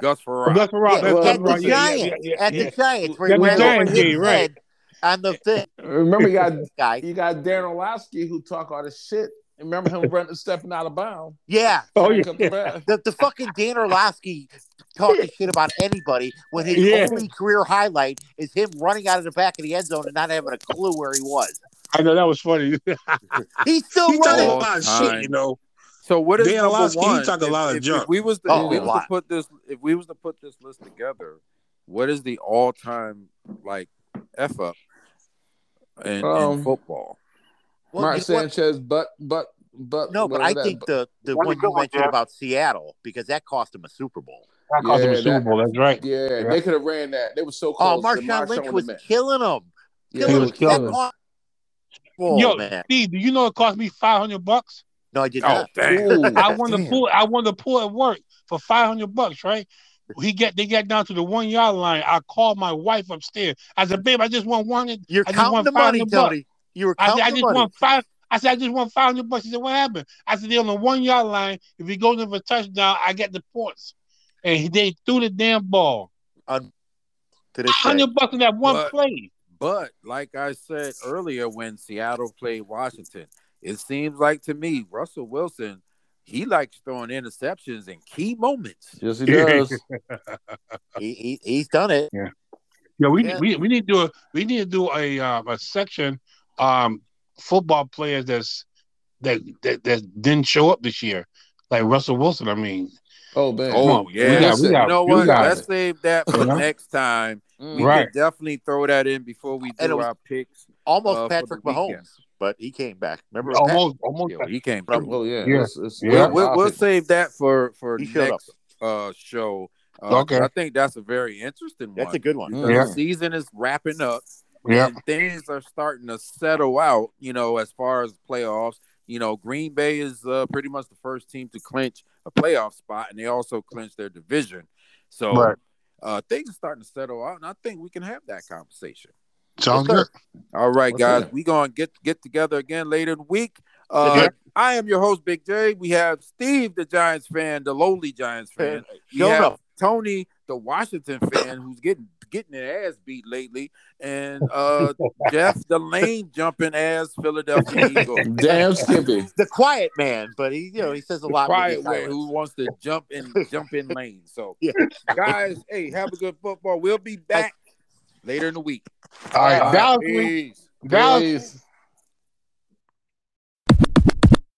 S1: Gus
S4: Oh,
S1: Farrar.
S4: That's right.
S3: Yeah,
S2: well,
S4: that's right.
S3: at the Giants.
S4: Yeah, yeah, yeah,
S3: At
S4: yeah.
S3: the Giants, where
S4: At
S3: he
S4: the
S3: ran
S4: Giants
S3: over his
S4: game, right.
S3: head on the thing.
S2: [LAUGHS] Remember, you [LAUGHS] got
S3: Guy.
S2: you got Darren Orlowski who talk all this shit. Remember him running, stepping out of bounds.
S3: Yeah.
S4: Oh
S2: Back
S4: yeah.
S2: up the bat.
S3: The, the fucking Dan Orlovsky talking shit about anybody when his
S4: Yeah.
S3: only career highlight is him running out of the back of the end zone and not having a clue where he was.
S4: I know that was funny.
S3: He's still
S4: [LAUGHS]
S5: He talking a
S3: running.
S1: all
S5: lot of
S1: time.
S5: shit, you know.
S1: So what is
S5: Dan
S1: number
S5: Orlovsky, he
S1: one?
S5: talk a
S1: If-
S5: lot of
S1: if,
S5: junk.
S1: If we was to,
S3: Oh,
S1: if we
S3: a
S1: was
S3: lot.
S1: to put this, if we was to put this list together, what is the all time like f up in,
S2: Um,
S1: in football?
S3: Well,
S2: Mark
S3: you know what?
S2: Sanchez, but but but
S3: No, but I
S2: whatever
S3: think
S2: that-
S3: the, the
S4: Why you
S3: one you
S4: going,
S3: mentioned
S4: Jeff?
S3: about Seattle, because that cost him a Super Bowl.
S4: I cost
S2: Yeah,
S4: him a Super
S2: that-
S4: Bowl. That's right.
S2: yeah, they could have ran that. They were so close.
S3: Oh,
S2: and
S3: Marshawn Lynch
S2: would've
S3: was
S2: met.
S3: killing him.
S2: Yeah,
S4: He
S2: they
S4: was
S2: would've
S4: killing
S2: met.
S3: That
S4: him.
S3: cost- Oh,
S4: Yo,
S3: man.
S4: Steve, do you know it cost me five hundred bucks?
S3: No, I did
S1: Oh
S3: not.
S1: damn!
S2: [LAUGHS] Ooh,
S4: I won the pool. I won the pool at work for five hundred bucks. Right? He got they got down to the one yard line. I called my wife upstairs. I said, "Babe, I just won one. I
S3: You're
S4: just
S3: counting
S4: won
S3: the money,
S4: 500 bucks.
S3: Tony. You were
S4: said,
S3: counting
S4: I
S3: the
S4: just
S3: money.
S4: won five. I said, I just won five hundred bucks. He said, "What happened?" I said, "They're on the one yard line. If he goes in for a touchdown, I get the points." And he- they threw the damn ball.
S3: to this day.
S4: Hundred bucks in that one
S1: But-
S4: play.
S1: But like I said earlier, when Seattle played Washington, it seems like to me Russell Wilson he likes throwing interceptions in key moments.
S2: yes, he does.
S4: [LAUGHS]
S3: He, he, he's done it.
S4: Yeah, we,
S3: Yeah.
S4: we we need to do a we need to do a uh, a section um football players that's that, that that didn't show up this year. Like Russell Wilson, I mean.
S2: Oh man.
S1: Oh
S4: on.
S1: yeah,
S2: We got- we
S1: you
S4: got-
S1: know
S4: we
S1: what?
S4: got
S1: Let's
S4: it.
S1: save that for
S4: Uh-huh.
S1: next time. We
S2: Mm.
S4: Right.
S1: can definitely throw that in before we
S3: And it
S1: do
S3: was-
S1: our picks.
S3: Almost
S1: Uh, for
S3: Patrick
S1: the
S3: Mahomes,
S1: weekend.
S3: but he came back. Remember? that?
S4: Almost almost
S1: Yeah, well, he came through.
S2: Oh yeah.
S4: Yeah.
S2: It's, it's,
S4: Yeah.
S1: We'll, we'll, we'll save that for for
S3: He showed up.
S1: next uh, show. Uh,
S4: Okay.
S1: I think that's a very interesting
S3: That's
S1: one.
S3: a good one.
S1: because
S4: Yeah.
S1: The season is wrapping up,
S4: yeah.
S1: and things are starting to settle out. You know, as far as playoffs, you know, Green Bay is uh, pretty much the first team to clinch a playoff spot, and they also clinched their division. So
S4: Right.
S1: uh, things are starting to settle out, and I think we can have that conversation.
S4: Sounds
S3: Yes,
S4: good.
S1: All right,
S2: What's
S1: guys,
S2: that?
S1: we gonna get get together again later in the week. Uh,
S4: Yes,
S1: I am your host, Big J. We have Steve, the Giants fan, the lowly Giants fan. We
S3: Showed
S1: have
S3: up.
S1: Tony, the Washington fan who's getting getting their ass beat lately, and
S3: [LAUGHS]
S1: uh, Jeff the lane jumping ass Philadelphia Eagle.
S2: Damn Skippy.
S3: the quiet man, but he [LAUGHS] you know he says a
S1: The
S3: lot.
S1: quiet
S3: with his
S1: way
S3: silence.
S1: who wants to jump in jump
S3: [LAUGHS]
S1: in lane. So
S3: Yeah.
S1: guys, hey, have a good football. We'll be back later in the week.
S4: All right,
S2: All right.
S4: Dallas,
S1: Peace.
S4: Dallas,
S2: Please.